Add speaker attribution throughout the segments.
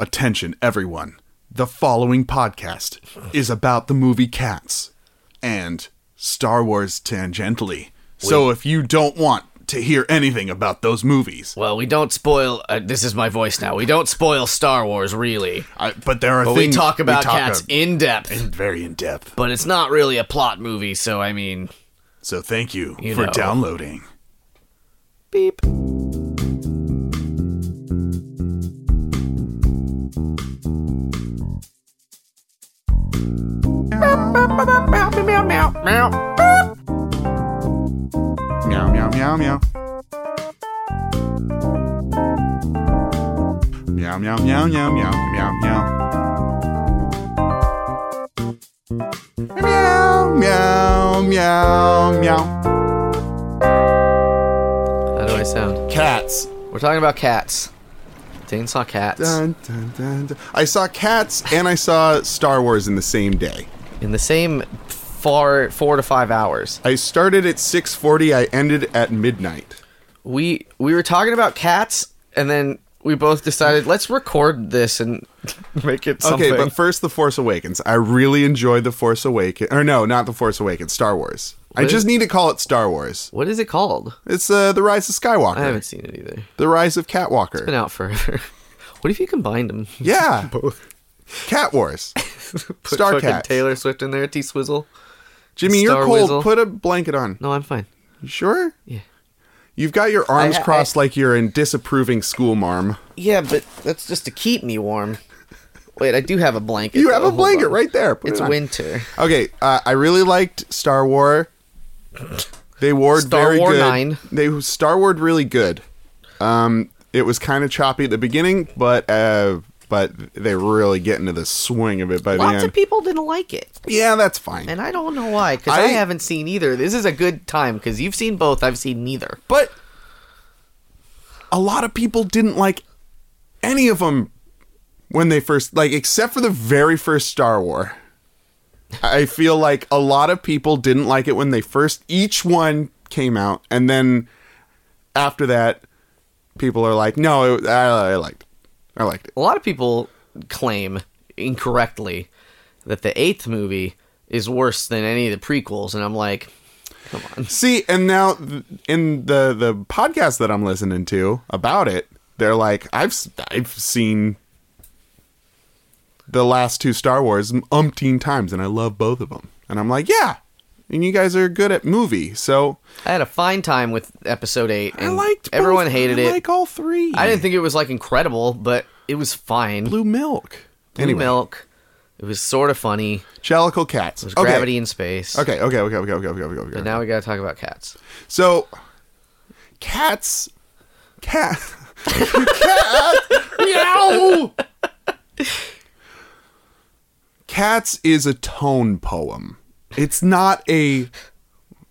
Speaker 1: Attention, everyone. The following podcast is about the movie Cats and Star Wars tangentially. So if you don't want to hear anything about those movies,
Speaker 2: Well, we don't spoil. Uh, this is my voice now. We don't spoil Star Wars, really.
Speaker 1: I, but there are
Speaker 2: But we
Speaker 1: things
Speaker 2: talk about cats
Speaker 1: ab-
Speaker 2: in depth.
Speaker 1: very in depth.
Speaker 2: But it's not really a plot movie, so I mean,
Speaker 1: So thank you,
Speaker 2: You
Speaker 1: for
Speaker 2: know.
Speaker 1: downloading.
Speaker 2: beep.
Speaker 1: Meow meow meow meow. Meow meow meow meow meow meow meow. Meow meow meow meow.
Speaker 2: How do I sound?
Speaker 1: Cats.
Speaker 2: We're talking about cats. Dane saw cats
Speaker 1: Dun, dun, dun, dun. I saw Cats and I saw Star Wars in the same day.
Speaker 2: in the same four four to five hours.
Speaker 1: I started at 6:40. I ended at midnight.
Speaker 2: We we were talking about cats, and then we both decided let's record this and make it something.
Speaker 1: Okay, but first, The Force Awakens. I really enjoyed The Force Awakens. Or no, not The Force Awakens. Star Wars. I
Speaker 2: What?
Speaker 1: just need to call it Star Wars.
Speaker 2: what is it called?
Speaker 1: It's uh, the Rise of
Speaker 2: I
Speaker 1: Skywalker.
Speaker 2: haven't seen it either.
Speaker 1: The Rise of Catwalker.
Speaker 2: Been out forever. What if you combined them?
Speaker 1: yeah,
Speaker 2: Both.
Speaker 1: Cat Wars.
Speaker 2: Put
Speaker 1: Star
Speaker 2: fucking
Speaker 1: Cats.
Speaker 2: Taylor Swift in there, T Swizzle.
Speaker 1: Jimmy,
Speaker 2: Star
Speaker 1: you're cold.
Speaker 2: Weasel.
Speaker 1: Put a blanket on.
Speaker 2: No, I'm fine.
Speaker 1: You sure?
Speaker 2: Yeah.
Speaker 1: You've got your arms
Speaker 2: I- I-
Speaker 1: crossed like you're in disapproving school, marm.
Speaker 2: Yeah, but that's just to keep me warm. Wait, I do have a blanket.
Speaker 1: You
Speaker 2: though.
Speaker 1: have a
Speaker 2: Hold
Speaker 1: blanket
Speaker 2: on.
Speaker 1: right there. Put
Speaker 2: It's
Speaker 1: it on.
Speaker 2: winter.
Speaker 1: Okay, uh, I really liked Star War. They wore
Speaker 2: Star
Speaker 1: very
Speaker 2: War
Speaker 1: good.
Speaker 2: 9.
Speaker 1: They Star Warred really good. Um, it was kind of choppy at the beginning, but uh, but they really get into the swing of it by the
Speaker 2: Lots
Speaker 1: end.
Speaker 2: of people didn't like it,
Speaker 1: yeah, that's fine.
Speaker 2: and I don't know why. Because I,
Speaker 1: I-
Speaker 2: haven't seen either. This is a good time because you've seen both. I've seen neither.
Speaker 1: But a lot of people didn't like any of them when they first like, except for the very first Star War. I feel like a lot of people didn't like it when they first each one came out, and then after that, people are like, "No, it, I, I liked, it. I liked it."
Speaker 2: A lot of people claim incorrectly that the eighth movie is worse than any of the prequels, and I'm like, come on.
Speaker 1: See, and now th- in the the podcast that I'm listening to about it, they're like, I've s- I've seen the last two Star Wars umpteen times, and I love both of them. And I'm like, yeah. And you guys are good at movie, so
Speaker 2: I had a fine time with episode eight. And
Speaker 1: I liked. both.
Speaker 2: Everyone hated
Speaker 1: I
Speaker 2: it.
Speaker 1: Like all three.
Speaker 2: I didn't think it was like incredible, but it was fine. Blue,
Speaker 1: blue milk. anyway,
Speaker 2: milk. It was sort of funny.
Speaker 1: Jellicle cats.
Speaker 2: There's
Speaker 1: okay.
Speaker 2: gravity in space.
Speaker 1: Okay. Okay. Okay. Okay. Okay. Okay. Okay. okay.
Speaker 2: But now we gotta talk about cats.
Speaker 1: So, cats, cat, cat, meow. Cats is a tone poem. It's not a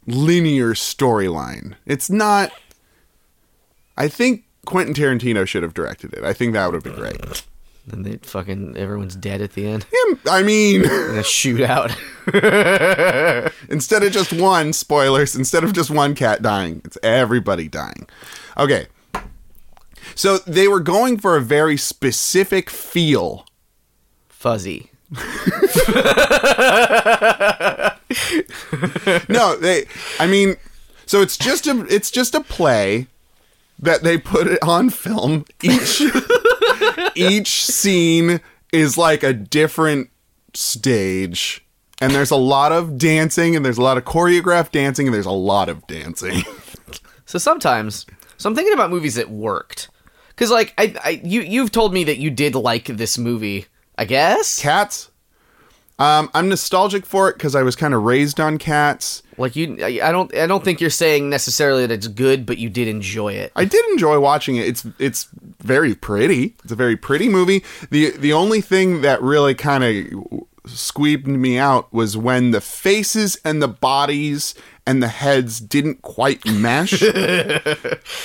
Speaker 1: linear storyline. It's not. I think Quentin Tarantino should have directed it. I think that would have been great.
Speaker 2: And they fucking everyone's dead at the end.
Speaker 1: Him- I mean,
Speaker 2: In a shootout.
Speaker 1: instead of just one, spoilers, instead of just one cat dying, it's everybody dying. Okay. So they were going for a very specific feel.
Speaker 2: Fuzzy.
Speaker 1: No, they I mean, so it's just a it's just a play that they put it on film. Each each scene is like a different stage. And there's a lot of dancing and there's a lot of choreographed dancing and there's a lot of dancing.
Speaker 2: So sometimes, so I'm thinking about movies that worked, because like I, I, you, you've told me that you did like this movie. I guess.
Speaker 1: Cats. Um, I'm nostalgic for it because I was kind of raised on cats.
Speaker 2: Like you, I I don't, I don't think you're saying necessarily that it's good, but you did enjoy it.
Speaker 1: I did enjoy watching it. It's it's very pretty. It's a very pretty movie. the The only thing that really kind of squeebed me out was when the faces and the bodies and the heads didn't quite mesh.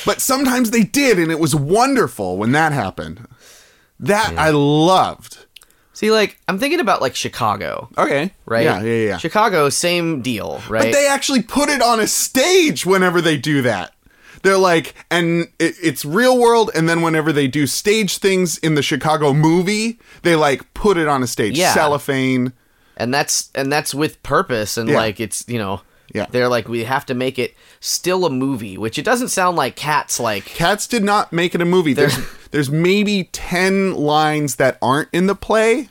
Speaker 1: but sometimes they did, and it was wonderful when that happened. That I loved.
Speaker 2: See, like I'm thinking about like Chicago,
Speaker 1: Okay.
Speaker 2: right?
Speaker 1: Yeah. Yeah. Yeah.
Speaker 2: Chicago, same deal, right?
Speaker 1: But they actually put it on a stage whenever they do that. They're like, and it, it's real world. And then whenever they do stage things in the Chicago movie, they like put it on a stage,
Speaker 2: Yeah.
Speaker 1: cellophane.
Speaker 2: and that's and that's with purpose and
Speaker 1: Yeah.
Speaker 2: like it's you know
Speaker 1: Yeah.
Speaker 2: they're like we have to make it still a movie which it doesn't sound like cats like
Speaker 1: Cats did not make it a movie. There's there's maybe ten lines that aren't in the play.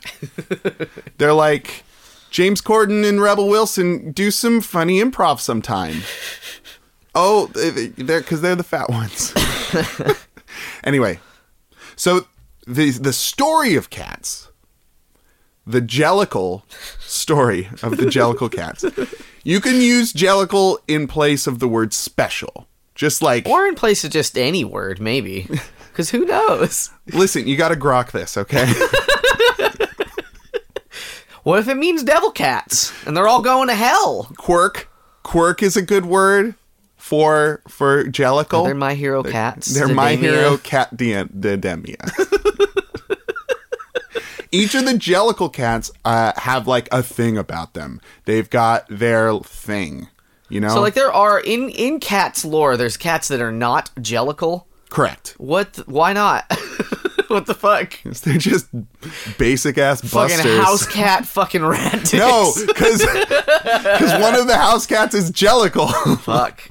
Speaker 1: They're like James Corden and Rebel Wilson do some funny improv sometime. Oh, they- they're because they're the fat ones. anyway, so the the story of cats, the Jellicle story of the Jellicle cats. You can use Jellicle in place of the word special, just like
Speaker 2: or in place of just any word maybe because who knows
Speaker 1: Listen, you got to grok this, okay?
Speaker 2: what if it means devil cats and they're all going to hell
Speaker 1: quirk, quirk is a good word for for Jellicle.
Speaker 2: they're my hero cats
Speaker 1: Oh. They're my
Speaker 2: Didemia.
Speaker 1: hero cat de- Dedemia. Each of the Jellicle cats uh, have like a thing about them. They've got their thing, you know.
Speaker 2: so like there are in in cats lore there's cats that are not jellical
Speaker 1: correct.
Speaker 2: what th- why not what the fuck
Speaker 1: They're just basic ass busters.
Speaker 2: fucking house cat fucking rat
Speaker 1: no,
Speaker 2: dicks.
Speaker 1: because one of the house cats is Jellicle.
Speaker 2: fuck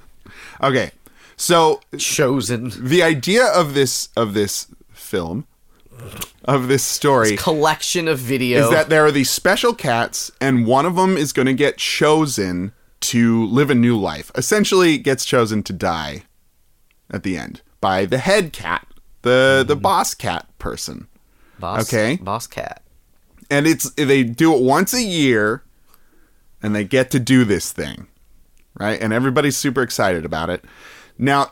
Speaker 1: okay, so
Speaker 2: chosen
Speaker 1: the idea of this of this film of this story
Speaker 2: collection of video
Speaker 1: is that there are these special cats and one of them is going to get chosen to live a new life essentially gets chosen to die at the end by the head cat the the boss cat person
Speaker 2: Boss,
Speaker 1: Okay.
Speaker 2: Boss cat.
Speaker 1: and it's they do it once a year and they get to do this thing right and everybody's super excited about it now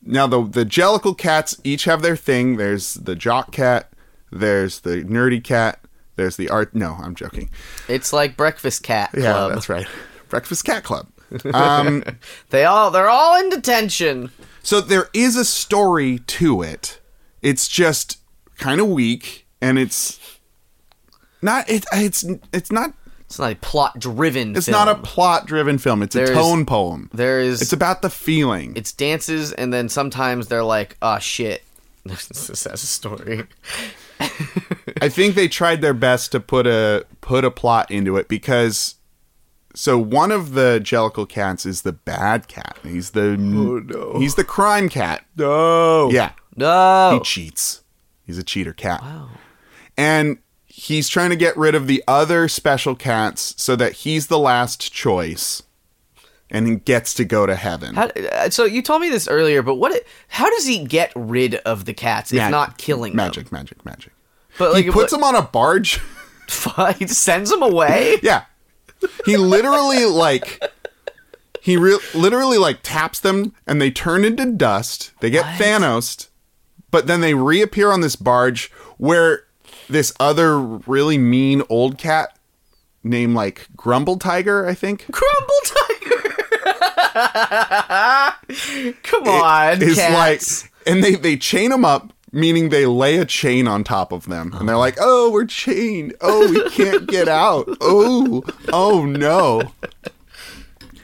Speaker 1: now the the jellicle cats each have their thing there's the jock cat there's the nerdy cat there's the art no i'm joking
Speaker 2: It's like breakfast cat
Speaker 1: yeah
Speaker 2: club.
Speaker 1: that's right breakfast cat club um
Speaker 2: They all they're all in detention.
Speaker 1: So there is a story to it. It's just kind of weak, and it's not. It, it's it's not.
Speaker 2: It's not a plot driven.
Speaker 1: It's not a plot-driven film. It's
Speaker 2: There's-
Speaker 1: a tone poem.
Speaker 2: There is
Speaker 1: It's
Speaker 2: it's,
Speaker 1: about the feeling.
Speaker 2: dances and then sometimes they're like, oh shit. this has a story.
Speaker 1: I think they tried their best to put a put a plot into it because. So one of the Jellicle cats is the bad cat. He's the he's the crime cat.
Speaker 2: Oh, No.
Speaker 1: Yeah, he
Speaker 2: No.
Speaker 1: cheats. He's a cheater cat.
Speaker 2: Wow.
Speaker 1: and he's trying to get rid of the other special cats so that he's the last choice and he gets to go to heaven.
Speaker 2: How, uh, so you told me this earlier, but what? How does he get rid of the cats if
Speaker 1: Mag-
Speaker 2: not killing them?
Speaker 1: magic, magic, magic.
Speaker 2: But like,
Speaker 1: he puts
Speaker 2: what,
Speaker 1: him on a barge.
Speaker 2: he sends them away.
Speaker 1: yeah. He literally like he re- literally like taps them and they turn into dust. They get
Speaker 2: What?
Speaker 1: Thanos, but then they reappear on this barge where this other really mean old cat named like Grumble Tiger, I think.
Speaker 2: Crumble Tiger. Come on,
Speaker 1: is
Speaker 2: cats.
Speaker 1: like and they they chain them up meaning they lay a chain on top of them and they're like oh we're chained oh we can't get out oh oh no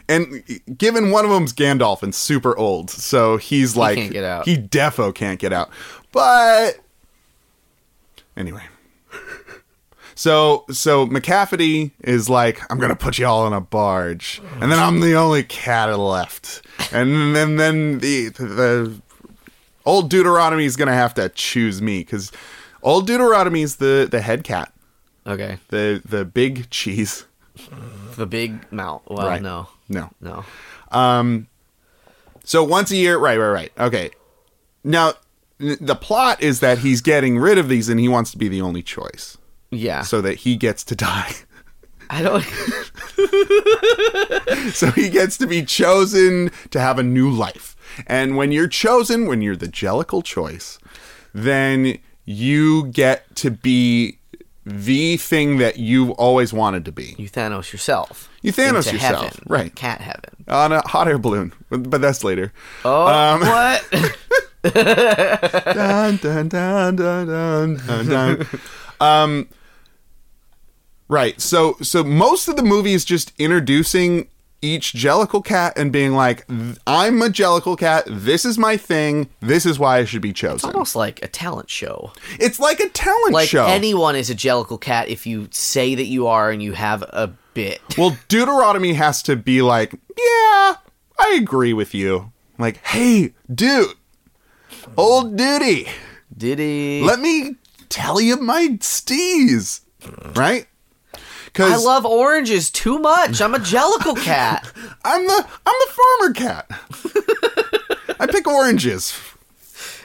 Speaker 1: and given one of them's gandalf and super old so he's like
Speaker 2: can't get out.
Speaker 1: he defo can't get out but anyway so so McCafferty is like, I'm gonna put you all in a barge, and then I'm the only cat left, and then then the the old Deuteronomy is gonna have to choose me because old Deuteronomy is the the head cat,
Speaker 2: okay,
Speaker 1: the the big cheese.
Speaker 2: the big mount. Well,
Speaker 1: Right.
Speaker 2: Oh, no,
Speaker 1: No,
Speaker 2: no.
Speaker 1: so once a year, right, right, right. Okay, now n- the plot is that he's getting rid of these, and he wants to be the only choice,
Speaker 2: Yeah,
Speaker 1: so that he gets to die.
Speaker 2: I don't.
Speaker 1: So he gets to be chosen to have a new life. And when you're chosen, when you're the Jellicle choice, then you get to be the thing that you've always wanted to be.
Speaker 2: You Thanos yourself.
Speaker 1: You Thanos
Speaker 2: into
Speaker 1: yourself,
Speaker 2: heaven,
Speaker 1: right.
Speaker 2: Cat heaven.
Speaker 1: On a hot air balloon, but that's later.
Speaker 2: Oh,
Speaker 1: Um,
Speaker 2: what?
Speaker 1: dun, dun, dun, dun, dun, dun, dun. um, right. So so most of the movie is just introducing each Jellicle cat and being like, "Th- I'm a Jellicle cat. This is my thing. This is why I should be chosen.
Speaker 2: Almost like a talent show.
Speaker 1: It's like a talent
Speaker 2: Oh. Like
Speaker 1: show.
Speaker 2: anyone is a Jellicle cat if you say that you are and you have a bit.
Speaker 1: well, Deuteronomy has to be like, yeah, I agree with you. Like, hey, dude, old duty,
Speaker 2: Did he?
Speaker 1: let me tell you my steez, right?
Speaker 2: I
Speaker 1: Because
Speaker 2: love oranges too much. I'm a Jellicle cat.
Speaker 1: I'm the I'm the farmer cat. I pick oranges,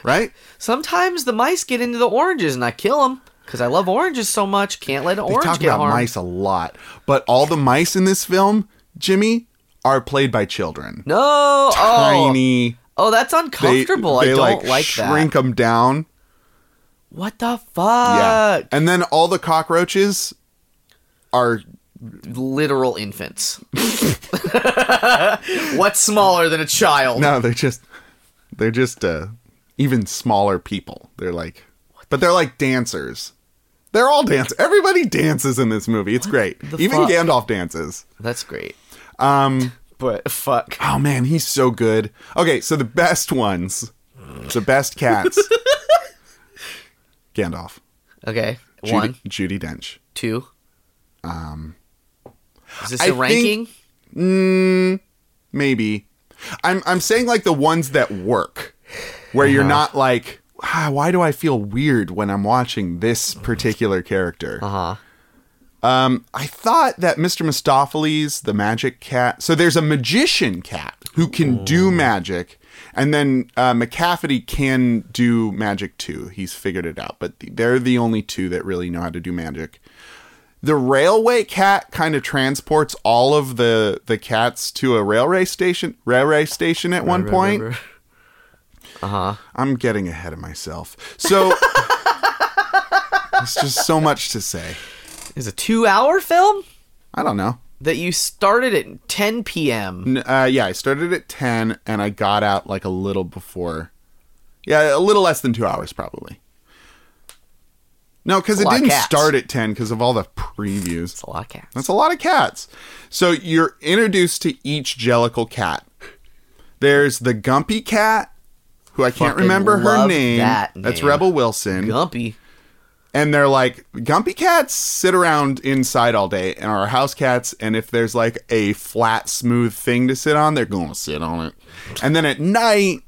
Speaker 1: right?
Speaker 2: Sometimes the mice get into the oranges and I kill them because I love oranges so much. Can't let an
Speaker 1: They
Speaker 2: orange
Speaker 1: talk
Speaker 2: get
Speaker 1: about
Speaker 2: harmed.
Speaker 1: mice a lot, but all the mice in this film, Jimmy, are played by children.
Speaker 2: No.
Speaker 1: Tiny.
Speaker 2: Oh. Oh, that's uncomfortable.
Speaker 1: They
Speaker 2: I don't like,
Speaker 1: shrink
Speaker 2: that.
Speaker 1: them down.
Speaker 2: What the fuck?
Speaker 1: yeah, and then all the cockroaches are
Speaker 2: Literal infants. What's smaller than a child?
Speaker 1: no, they're just they're just uh, even smaller people. They're like, but they're like dancers. They're all dance. Everybody dances in this movie. It's great.
Speaker 2: the
Speaker 1: Even
Speaker 2: fuck?
Speaker 1: Gandalf dances.
Speaker 2: That's great.
Speaker 1: Um.
Speaker 2: But fuck.
Speaker 1: Oh man, he's so good. Okay, so the best ones, the best cats. Gandalf,
Speaker 2: Okay.
Speaker 1: Judy,
Speaker 2: One,
Speaker 1: Judy Dench.
Speaker 2: two. Um. Is this
Speaker 1: Um, I
Speaker 2: a
Speaker 1: think-
Speaker 2: ranking?
Speaker 1: Mm, maybe. I'm I'm saying like the ones that work, where you're
Speaker 2: Uh-huh.
Speaker 1: not like, ah, why do I feel weird when I'm watching this particular character?
Speaker 2: Uh huh.
Speaker 1: Um, I thought that Mr. Mistopheles, the magic cat. So there's a magician cat who can do magic, and then uh, McCafferty can do magic too. He's figured it out, but th- they're the only two that really know how to do magic. The railway cat kind of transports all of the the cats to a railway station. Railway station at one point.
Speaker 2: Uh huh.
Speaker 1: I'm getting ahead of myself. So there's just so much to say.
Speaker 2: Is a two-hour film
Speaker 1: I don't know.
Speaker 2: that you started at 10 p.m.
Speaker 1: N- Uh, yeah, I started at 10 and I got out like a little before. Yeah, a little less than two hours probably. No, because
Speaker 2: That's a
Speaker 1: it
Speaker 2: lot of
Speaker 1: didn't
Speaker 2: cats.
Speaker 1: start at 10 because of all the previews.
Speaker 2: It's a lot of cats.
Speaker 1: That's a lot of cats. So you're introduced to each Jellicle cat. There's the Gumpy cat, who I can't
Speaker 2: Fucking
Speaker 1: remember her
Speaker 2: love
Speaker 1: name.
Speaker 2: that
Speaker 1: That's
Speaker 2: name.
Speaker 1: Rebel Wilson.
Speaker 2: Gumpy.
Speaker 1: and they're like, Gumpy cats sit around inside all day and are house cats. And if there's like a flat, smooth thing to sit on, they're going to sit on it. And then at night,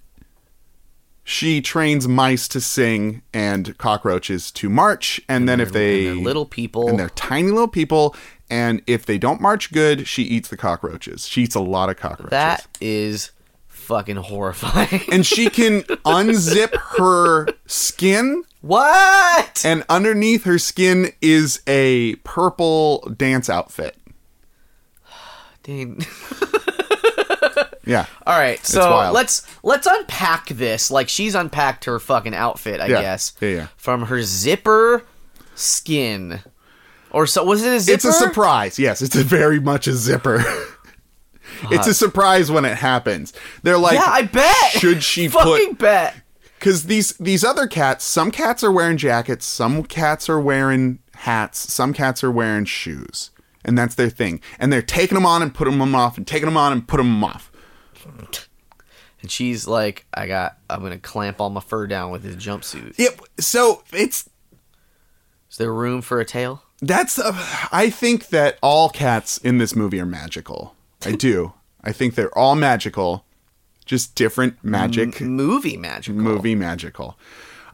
Speaker 1: she trains mice to sing and cockroaches to march. And, then if they
Speaker 2: They're little people.
Speaker 1: and they're tiny little people, and if they don't march good, she eats the cockroaches. She eats a lot of cockroaches.
Speaker 2: That is fucking horrifying.
Speaker 1: and she can unzip her skin
Speaker 2: what?
Speaker 1: and underneath her skin is a purple dance outfit.
Speaker 2: Dang.
Speaker 1: Yeah.
Speaker 2: All right, so
Speaker 1: wild.
Speaker 2: let's let's unpack this. Like she's unpacked her fucking outfit, I
Speaker 1: Yeah.
Speaker 2: guess.
Speaker 1: Yeah, yeah.
Speaker 2: From her zipper skin. Or so was it a zipper?
Speaker 1: It's a surprise. Yes, it's a very much a zipper. it's a surprise when it happens. They're like
Speaker 2: Yeah, I bet.
Speaker 1: should she
Speaker 2: fucking
Speaker 1: put
Speaker 2: bet.
Speaker 1: cuz these these other cats, some cats are wearing jackets, some cats are wearing hats, some cats are wearing shoes. And that's their thing. And they're taking them on and putting them off and taking them on and putting them off.
Speaker 2: And she's like, I got I'm going to clamp all my fur down with this jumpsuit.
Speaker 1: Yep. So it's
Speaker 2: Is there room for a tail?
Speaker 1: That's uh, I think that all cats in this movie are magical. I do. I think they're all magical, just different magic
Speaker 2: Movie magic.
Speaker 1: movie magical.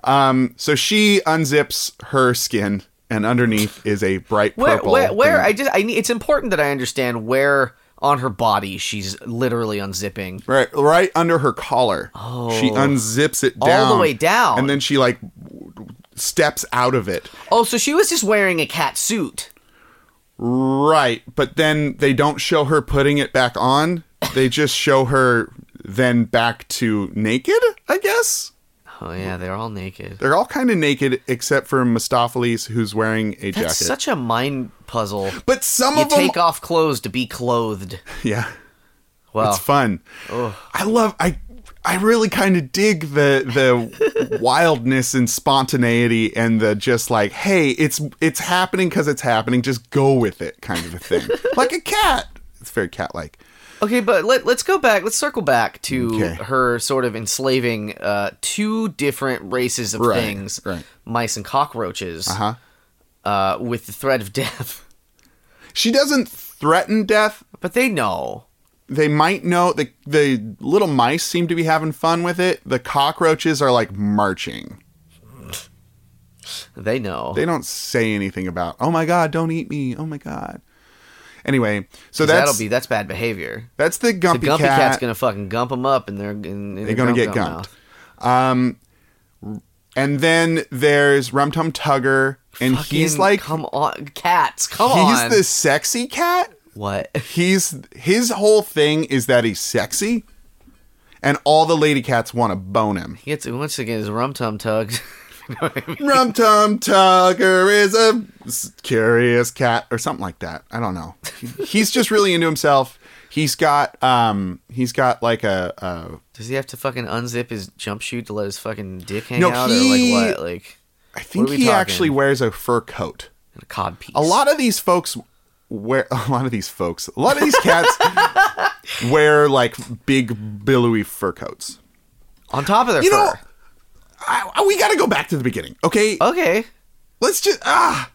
Speaker 1: Um, so she unzips her skin, and underneath is a bright
Speaker 2: Where,
Speaker 1: purple.
Speaker 2: where, where? I
Speaker 1: thing.
Speaker 2: just, I need. It's important that I understand where on her body she's literally unzipping.
Speaker 1: right, right under her collar. Oh, she unzips it
Speaker 2: the
Speaker 1: down
Speaker 2: way down.
Speaker 1: and then she like w- w- steps out of it.
Speaker 2: Oh, so she was just wearing a cat suit.
Speaker 1: Right, but then they don't show her putting it back on. They just show her then back to naked, I guess.
Speaker 2: Oh yeah, they're all naked.
Speaker 1: They're all kind of naked except for Mistopheles who's wearing a
Speaker 2: That's
Speaker 1: jacket.
Speaker 2: such a mind puzzle.
Speaker 1: but some
Speaker 2: You
Speaker 1: of them
Speaker 2: take off clothes to be clothed.
Speaker 1: Yeah.
Speaker 2: Well,
Speaker 1: It's fun. I love I I really kind of dig the the wildness and spontaneity and the just like, hey, it's it's happening cuz it's happening, just go with it kind of a thing. like a cat. It's very cat-like.
Speaker 2: Okay, but let, let's go back. Let's circle back to
Speaker 1: Okay.
Speaker 2: her sort of enslaving uh, two different races of
Speaker 1: Right,
Speaker 2: things
Speaker 1: right.
Speaker 2: mice and cockroaches
Speaker 1: Uh huh.
Speaker 2: uh, with the threat of death.
Speaker 1: She doesn't threaten death.
Speaker 2: But they know.
Speaker 1: They might know the the little mice seem to be having fun with it. The cockroaches are like marching.
Speaker 2: They know.
Speaker 1: They don't say anything about, "Oh my god, don't eat me." Oh my god. Anyway, so
Speaker 2: 'Cause
Speaker 1: that's
Speaker 2: that'll be that's bad behavior.
Speaker 1: that's the Gumpy,
Speaker 2: The Gumpy
Speaker 1: cat.
Speaker 2: Cat's gonna fucking gump them up, and they're and, and
Speaker 1: They're gonna get gumped. and then there's Rum Tum Tugger, and he's like
Speaker 2: come on, cats, come
Speaker 1: he's
Speaker 2: on.
Speaker 1: the sexy cat.
Speaker 2: what?
Speaker 1: He's his whole thing is that he's sexy, and all the lady cats want to bone him.
Speaker 2: He gets once again his rum tum tugged. You know what I mean?
Speaker 1: Rum Tum Tugger is a s- curious cat or something like that. I don't know. He's just really into himself. He's got um he's got like a, a
Speaker 2: Does he have to fucking unzip his jump shoot to let his fucking dick hang
Speaker 1: No,
Speaker 2: out,
Speaker 1: he-
Speaker 2: or like what? Like
Speaker 1: I think
Speaker 2: we
Speaker 1: he
Speaker 2: talking?
Speaker 1: actually wears a fur coat.
Speaker 2: a cod piece.
Speaker 1: A lot of these folks wear a lot of these folks. A lot of these cats wear like big billowy fur coats.
Speaker 2: on top of their
Speaker 1: You
Speaker 2: fur.
Speaker 1: know, I, I- we got to go back to the beginning. Okay,
Speaker 2: okay,
Speaker 1: let's just ah,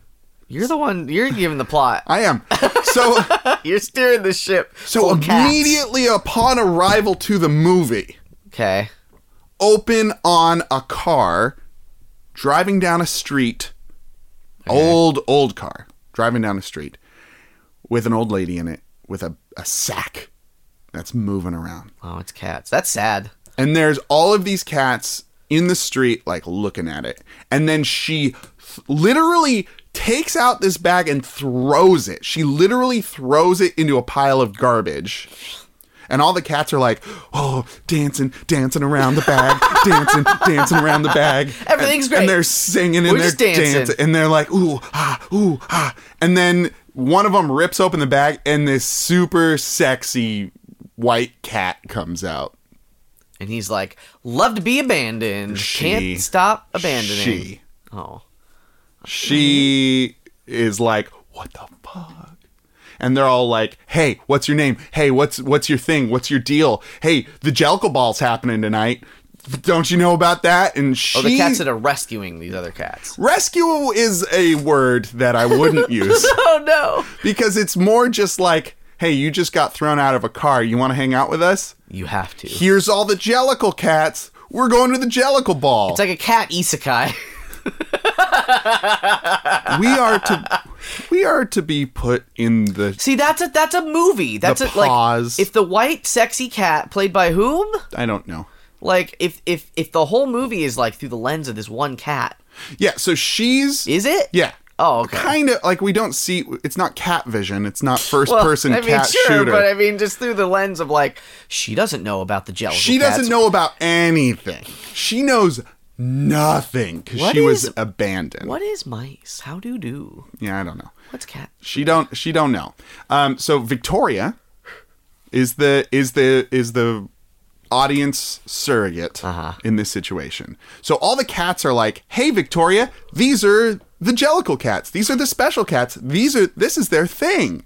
Speaker 2: you're the one. You're giving the plot.
Speaker 1: I am. So
Speaker 2: You're steering the ship.
Speaker 1: so
Speaker 2: full of cats.
Speaker 1: immediately upon arrival to the movie,
Speaker 2: Okay.
Speaker 1: open on a car driving down a street. Old old car driving down a street with an old lady in it with a, a sack that's moving around.
Speaker 2: Oh, it's cats. That's sad.
Speaker 1: And there's all of these cats in the street, like looking at it. And then she th- literally takes out this bag and throws it. She literally throws it into a pile of garbage. And all the cats are like, oh, dancing, dancing around the bag, dancing, dancing around the bag.
Speaker 2: Everything's
Speaker 1: and,
Speaker 2: great.
Speaker 1: And they're singing and
Speaker 2: We're
Speaker 1: they're
Speaker 2: just dancing.
Speaker 1: dancing. And they're like, ooh, ah, ooh, ah. And then one of them rips open the bag and this super sexy white cat comes out.
Speaker 2: And he's like, "Love to be abandoned.
Speaker 1: She-
Speaker 2: Can't stop abandoning."
Speaker 1: she.
Speaker 2: Oh,
Speaker 1: she is like, "What the fuck?" And they're all like, "Hey, what's your name? Hey, what's what's your thing? What's your deal? Hey, the Jellicle Ball's happening tonight. Don't you know about that?" And she
Speaker 2: oh, the cats that are rescuing these other cats.
Speaker 1: rescue is a word that I wouldn't use
Speaker 2: Oh no!
Speaker 1: because it's more just like, "Hey, you just got thrown out of a car. You want to hang out with us?
Speaker 2: You have to. It's
Speaker 1: Here's all the Jellicle cats. We're going to the Jellicle Ball.
Speaker 2: like a cat isekai.
Speaker 1: we are to we are to be put in the
Speaker 2: See, that's a that's a movie. That's
Speaker 1: The
Speaker 2: a like
Speaker 1: paws.
Speaker 2: if the white sexy cat played by whom?
Speaker 1: I don't know."
Speaker 2: Like if if if the whole movie is like through the lens of this one cat,
Speaker 1: Yeah, so she's
Speaker 2: is it?
Speaker 1: yeah.
Speaker 2: Oh, okay.
Speaker 1: Kind of like we don't see it's not cat vision, it's not first
Speaker 2: Well,
Speaker 1: person
Speaker 2: I mean,
Speaker 1: cat
Speaker 2: sure,
Speaker 1: shooter.
Speaker 2: but I mean, just through the lens of like she doesn't know about the jelly.
Speaker 1: she doesn't know about anything. She knows nothing cuz
Speaker 2: What
Speaker 1: she was
Speaker 2: is-
Speaker 1: abandoned.
Speaker 2: what is mice. How do do?
Speaker 1: Yeah, I don't know.
Speaker 2: What's cat?
Speaker 1: She don't she don't know. Um so Victoria is the is the is the audience surrogate
Speaker 2: Uh-huh.
Speaker 1: in this situation. So all the cats are like, "Hey Victoria, these are the jellicle cats. These are the special cats. These are this is their thing."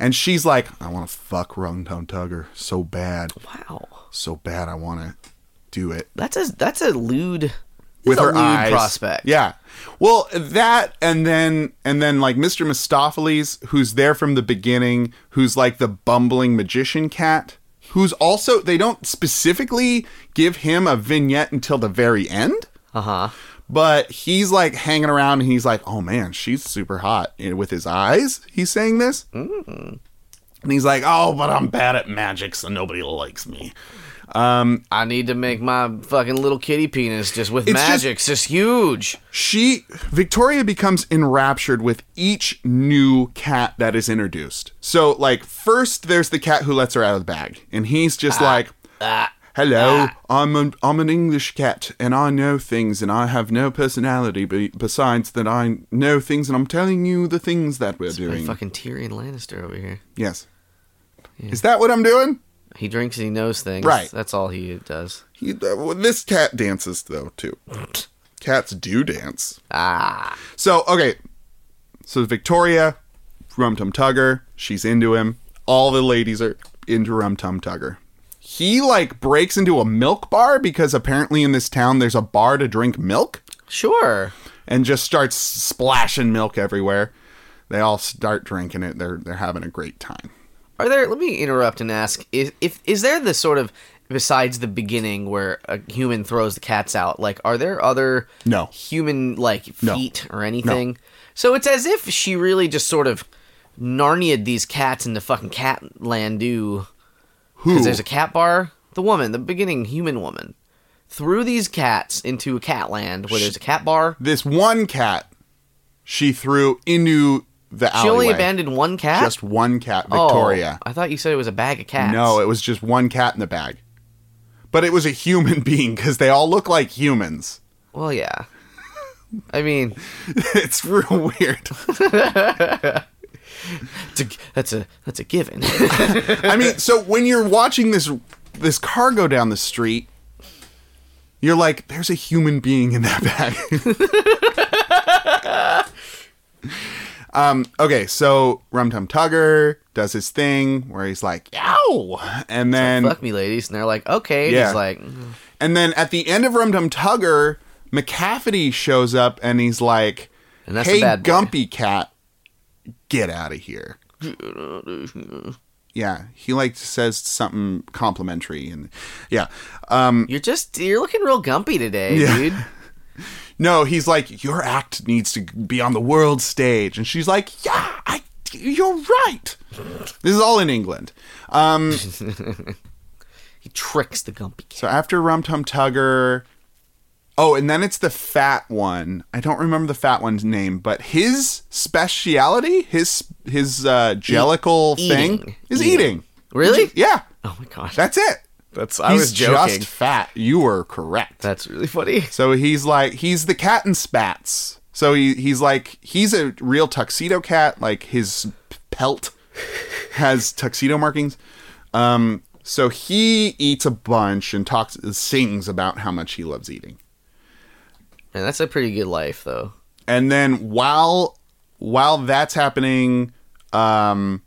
Speaker 1: And she's like, "I want to fuck Rung Tum Tugger so bad.
Speaker 2: Wow,
Speaker 1: So bad I want to do it."
Speaker 2: that's a that's a lewd this
Speaker 1: with
Speaker 2: is a
Speaker 1: her
Speaker 2: lewd
Speaker 1: eyes.
Speaker 2: prospect.
Speaker 1: Yeah. Well, that and then and then like Mr. Mistopheles, who's there from the beginning, who's like the bumbling magician cat, who's also they don't specifically give him a vignette until the very end,
Speaker 2: Uh huh.
Speaker 1: but he's like hanging around and he's like, "Oh man, she's super hot." And with his eyes, he's saying this.
Speaker 2: Mm.
Speaker 1: And he's like, "Oh, but I'm bad at magic, so nobody likes me."
Speaker 2: I need to make my fucking little kitty penis just with
Speaker 1: just-
Speaker 2: magic. It's just huge.
Speaker 1: She Victoria becomes enraptured with each new cat that is introduced. So like first there's the cat who lets her out of the bag and he's just like
Speaker 2: Ah,
Speaker 1: Hello, I'm an I'm an English cat and I know things and I have no personality be, besides that I know things and I'm telling you the things that we're
Speaker 2: Like
Speaker 1: doing.
Speaker 2: fucking Tyrion Lannister over here.
Speaker 1: yes. Is that what I'm doing?
Speaker 2: He drinks and he knows things.
Speaker 1: Right.
Speaker 2: That's all he does.
Speaker 1: He, uh, well, this cat dances though too. Cats do dance.
Speaker 2: Ah.
Speaker 1: So okay, so Victoria, Rum Tum Tugger, she's into him. All the ladies are into Rum Tum Tugger. He like breaks into a milk bar because apparently in this town there's a bar to drink milk
Speaker 2: Sure.
Speaker 1: and just starts splashing milk everywhere. They all start drinking it. They're they're having a great time.
Speaker 2: Are there? Let me interrupt and ask: if, if is there the sort of besides the beginning where a human throws the cats out? Like, are there other
Speaker 1: No.
Speaker 2: human like feet or anything? So it's as if she really just sort of narniaed these cats into fucking Catlandu
Speaker 1: Who?
Speaker 2: because there's a cat bar. The woman, the beginning human woman, threw these cats into a cat land where there's a cat bar.
Speaker 1: this one cat she threw into the
Speaker 2: She
Speaker 1: alleyway.
Speaker 2: only abandoned one cat.
Speaker 1: just one cat,
Speaker 2: Oh,
Speaker 1: Victoria.
Speaker 2: I thought you said it was a bag of cats.
Speaker 1: No, it was just one cat in the bag. But it was a human being because they all look like humans.
Speaker 2: Well, yeah. I mean,
Speaker 1: It's real weird.
Speaker 2: it's a, that's a that's a given.
Speaker 1: I mean, so when you're watching this this car go down the street, you're like, "There's a human being in that bag." um. Okay, so Rum Tum Tugger does his thing where he's like, "Yow," and then
Speaker 2: Fuck me, ladies, and they're like, okay. And
Speaker 1: Yeah.
Speaker 2: He's like, "Mm,
Speaker 1: and then at the end of Rum Tum Tugger, McCafferty shows up and he's like,
Speaker 2: and that's
Speaker 1: hey,
Speaker 2: a bad boy.
Speaker 1: Gumpy Cat, get out of here. yeah, he like says something complimentary and yeah. Um
Speaker 2: You're just you're looking real gumpy today, dude.
Speaker 1: no, he's like your act needs to be on the world stage and she's like, "Yeah, I you're right." This is all in England. Um
Speaker 2: He tricks the gumpy cat.
Speaker 1: so after Rum Tum Tugger Oh, and then it's the fat one. I don't remember the fat one's name, but his speciality, his his uh jellical thing
Speaker 2: eating.
Speaker 1: is
Speaker 2: Eating.
Speaker 1: eating.
Speaker 2: Really?
Speaker 1: Yeah.
Speaker 2: Oh my gosh.
Speaker 1: That's it.
Speaker 2: That's I
Speaker 1: he's
Speaker 2: was joking.
Speaker 1: just fat. You were correct.
Speaker 2: That's really funny.
Speaker 1: so he's like he's the cat in spats. So he he's like he's a real tuxedo cat. Like his p- pelt has tuxedo markings. Um, so he eats a bunch and talks sings about how much he loves eating.
Speaker 2: And that's a pretty good life, though.
Speaker 1: And then while while that's happening, um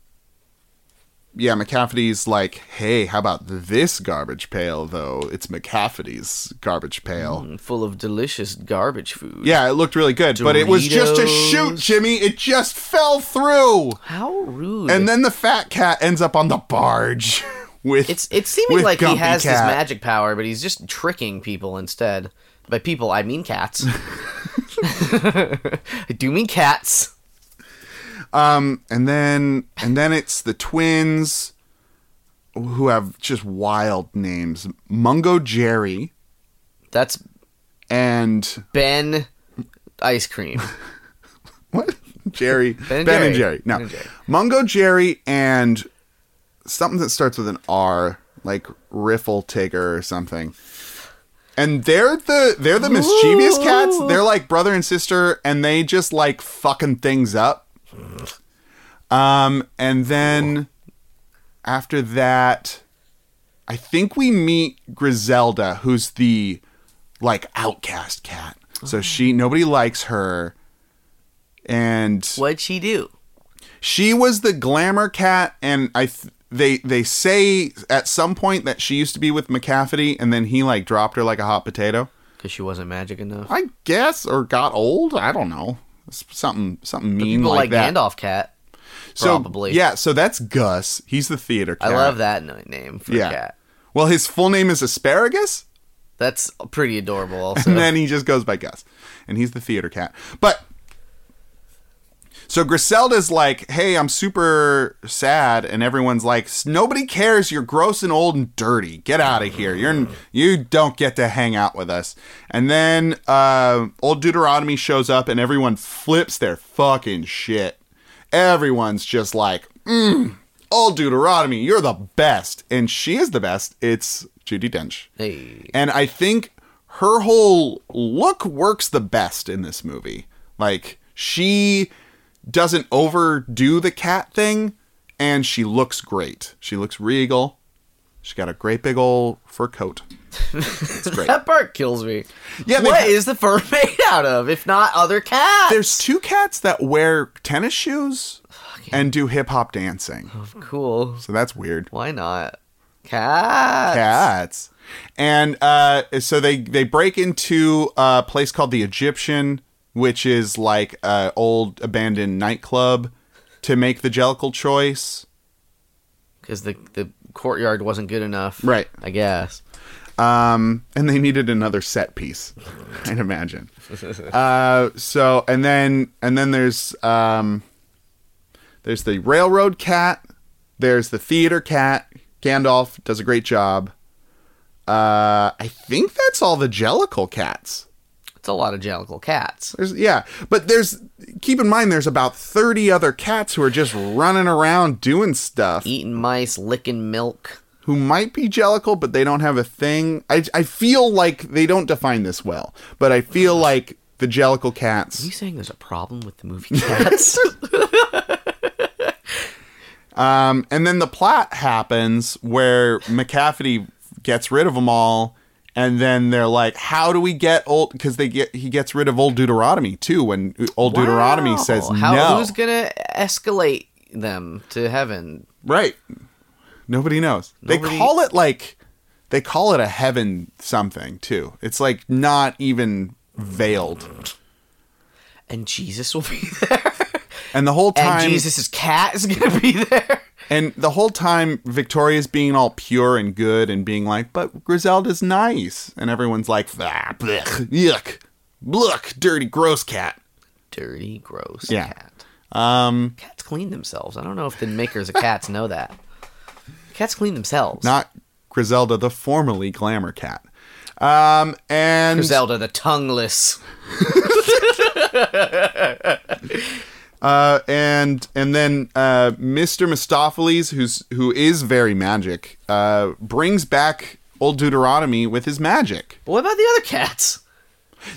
Speaker 1: yeah, McCafferty's like, hey, how about this garbage pail though? It's McCafferty's garbage pail.
Speaker 2: Full of delicious garbage food.
Speaker 1: Yeah, it looked really good, but it was just a
Speaker 2: Doritos.
Speaker 1: shoot, Jimmy. It just fell through.
Speaker 2: How rude.
Speaker 1: And then the fat cat ends up on the barge with
Speaker 2: It's it's seeming
Speaker 1: with
Speaker 2: like
Speaker 1: Gumpy
Speaker 2: he has his
Speaker 1: Cat.
Speaker 2: magic power, but he's just tricking people instead. By people, I mean cats. I do mean cats.
Speaker 1: Um, and then and then it's the twins who have just wild names: Mungo Jerry
Speaker 2: That's
Speaker 1: and
Speaker 2: Ben ice cream.
Speaker 1: what? Jerry
Speaker 2: Ben
Speaker 1: and
Speaker 2: and Jerry.
Speaker 1: Jerry. No,
Speaker 2: Ben and Jerry.
Speaker 1: Mungo Jerry and something that starts with an R, like Riffle Tigger or something. And they're the they're the mischievous cats.
Speaker 2: Ooh.
Speaker 1: They're like brother and sister, and they just like fucking things up. Um, and then after that, I think we meet Griselda, who's the like outcast cat. So
Speaker 2: Oh.
Speaker 1: she nobody likes her, and
Speaker 2: What'd she do?
Speaker 1: she was the glamour cat, and I th- they they say at some point that she used to be with McCafferty, and then he like dropped her like a hot potato.
Speaker 2: Because she wasn't magic enough.
Speaker 1: I guess, or got old. I don't know. S- Something something mean
Speaker 2: People
Speaker 1: like,
Speaker 2: like,
Speaker 1: that.
Speaker 2: Gandalf cat.
Speaker 1: so
Speaker 2: probably.
Speaker 1: yeah. So that's Gus. He's the theater.
Speaker 2: I
Speaker 1: cat.
Speaker 2: love that no- name for a cat.
Speaker 1: Well, his full name is Asparagus,
Speaker 2: That's pretty adorable. Also,
Speaker 1: and then he just goes by Gus, and he's the theater cat. But so Griselda's like, "Hey, I'm super sad," and everyone's like, "S- "Nobody cares. You're gross and old and dirty. Get out of here. You're you don't get to hang out with us." And then uh, old Deuteronomy shows up, and everyone flips their fucking shit. Everyone's just like, mm, "Old Deuteronomy, you're the best," and she is the best. It's Judy Dench.
Speaker 2: hey,
Speaker 1: And I think her whole look works the best in this movie. Like she doesn't overdo the cat thing and she looks great. She looks regal. She's got a great big old fur coat. It's great.
Speaker 2: that part kills me.
Speaker 1: Yeah, they
Speaker 2: what
Speaker 1: ha-
Speaker 2: is the fur made out of? If not other cats?
Speaker 1: There's two cats that wear tennis shoes.
Speaker 2: Fucking Oh.
Speaker 1: and do hip hop dancing.
Speaker 2: Cool.
Speaker 1: So that's weird.
Speaker 2: Why not? Cat.
Speaker 1: Cats. And uh, so they they break into a place called the Egyptian, which is like a old abandoned nightclub, to make the Jellicle choice.
Speaker 2: Because the the courtyard wasn't good enough.
Speaker 1: Right.
Speaker 2: I guess.
Speaker 1: Um, and they needed another set piece, I'd imagine. Uh, so and then and then there's um, there's the railroad cat, there's the theater cat. Gandalf does a great job. Uh, I think that's all the Jellicle cats.
Speaker 2: It's a lot of jellicle cats.
Speaker 1: There's yeah, but there's keep in mind there's about thirty other cats who are just running around doing stuff
Speaker 2: Eating mice, licking milk.
Speaker 1: who might be Jellicle, but they don't have a thing. I, I feel like they don't define this well, but I feel like the Jellicle
Speaker 2: Are you
Speaker 1: cats.
Speaker 2: saying there's a problem with the movie Cats?
Speaker 1: Um, and then the plot happens where McCafferty gets rid of them all, and then they're like, "How do we get old?" Because they get he gets rid of old Deuteronomy too. When old Deuteronomy
Speaker 2: Wow.
Speaker 1: says
Speaker 2: How,
Speaker 1: no,
Speaker 2: Who's gonna escalate them to heaven?
Speaker 1: right? Nobody knows. They
Speaker 2: Nobody-
Speaker 1: call it like they call it a heaven something too. It's like not even veiled.
Speaker 2: And Jesus will be there.
Speaker 1: And the whole time,
Speaker 2: And Jesus' cat is gonna be there.
Speaker 1: And the whole time, Victoria's being all pure and good and being like, but Griselda's nice. And everyone's like, ah, blech, yuck, bluck, dirty, gross cat.
Speaker 2: Dirty, gross
Speaker 1: Yeah.
Speaker 2: cat.
Speaker 1: Um,
Speaker 2: Cats clean themselves. I don't know if the makers of cats know that. Cats clean themselves.
Speaker 1: not Griselda, the formerly glamour cat. Um, and
Speaker 2: Zelda the tongueless.
Speaker 1: uh, and and then uh, Mr. Mistopheles, who's who is very magic, uh, brings back old Deuteronomy with his magic.
Speaker 2: But what about the other cats?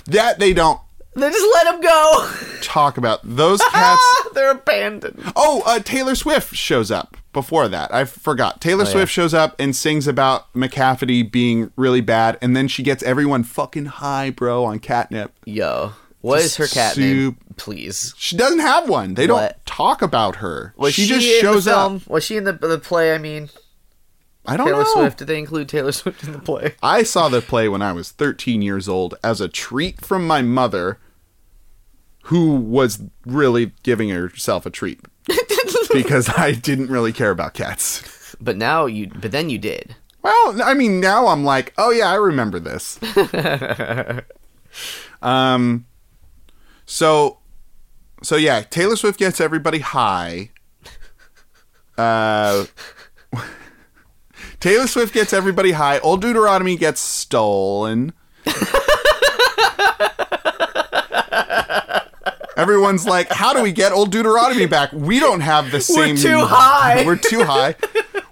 Speaker 1: That they don't
Speaker 2: They just let them go.
Speaker 1: talk about. Those cats
Speaker 2: They're abandoned.
Speaker 1: Oh, uh, Taylor Swift shows up before that. I forgot. Taylor
Speaker 2: Oh,
Speaker 1: Swift shows up and sings about McCafferty being really bad, and then she gets everyone fucking high, bro, on catnip.
Speaker 2: Yo, what is her cat name?
Speaker 1: Soup.
Speaker 2: Please.
Speaker 1: She doesn't have one. They
Speaker 2: What?
Speaker 1: don't talk about her.
Speaker 2: Was
Speaker 1: she, just
Speaker 2: in the
Speaker 1: shows up.
Speaker 2: film? Was she in the the play? I mean,
Speaker 1: I don't
Speaker 2: Taylor
Speaker 1: know.
Speaker 2: Swift. Did they include Taylor Swift in the play?
Speaker 1: I saw the play when I was 13 years old as a treat from my mother, who was really giving herself a treat because I didn't really care about cats.
Speaker 2: But now you. But then you did.
Speaker 1: Well, I mean, now I'm like, oh yeah, I remember this. um, so, so yeah, Taylor Swift gets everybody high. Uh, Taylor Swift gets everybody high. Old Deuteronomy gets stolen. Everyone's like, how do we get old Deuteronomy back? We don't have the same.
Speaker 2: too high.
Speaker 1: We're too high.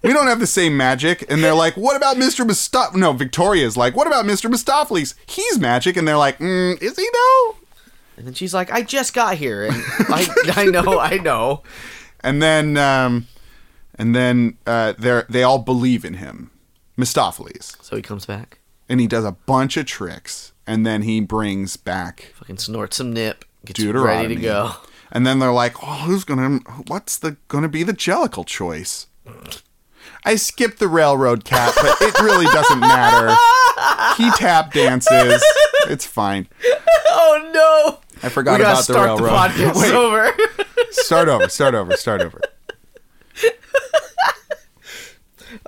Speaker 1: We don't have the same magic. And they're like, what about Mr. Mistop? No, Victoria's like, what about Mr. Mistopheles? He's magic. And they're like, mm, is he though?
Speaker 2: And then she's like, "I just got here, and I, I know, I know."
Speaker 1: And then, um, and then uh, they they all believe in him, Mistopheles,
Speaker 2: So he comes back,
Speaker 1: and he does a bunch of tricks. And then he brings back
Speaker 2: fucking snorts some nip, gets
Speaker 1: Deuteronomy.
Speaker 2: ready to go.
Speaker 1: And then they're like, "Oh, who's gonna? What's the gonna be the Jellicle choice?" I skipped the railroad cat, but it really doesn't matter. He tap dances. It's fine.
Speaker 2: Oh no!
Speaker 1: I forgot
Speaker 2: we gotta
Speaker 1: about the
Speaker 2: start the,
Speaker 1: railroad.
Speaker 2: podcast
Speaker 1: Wait,
Speaker 2: over.
Speaker 1: start over. Start over. Start over.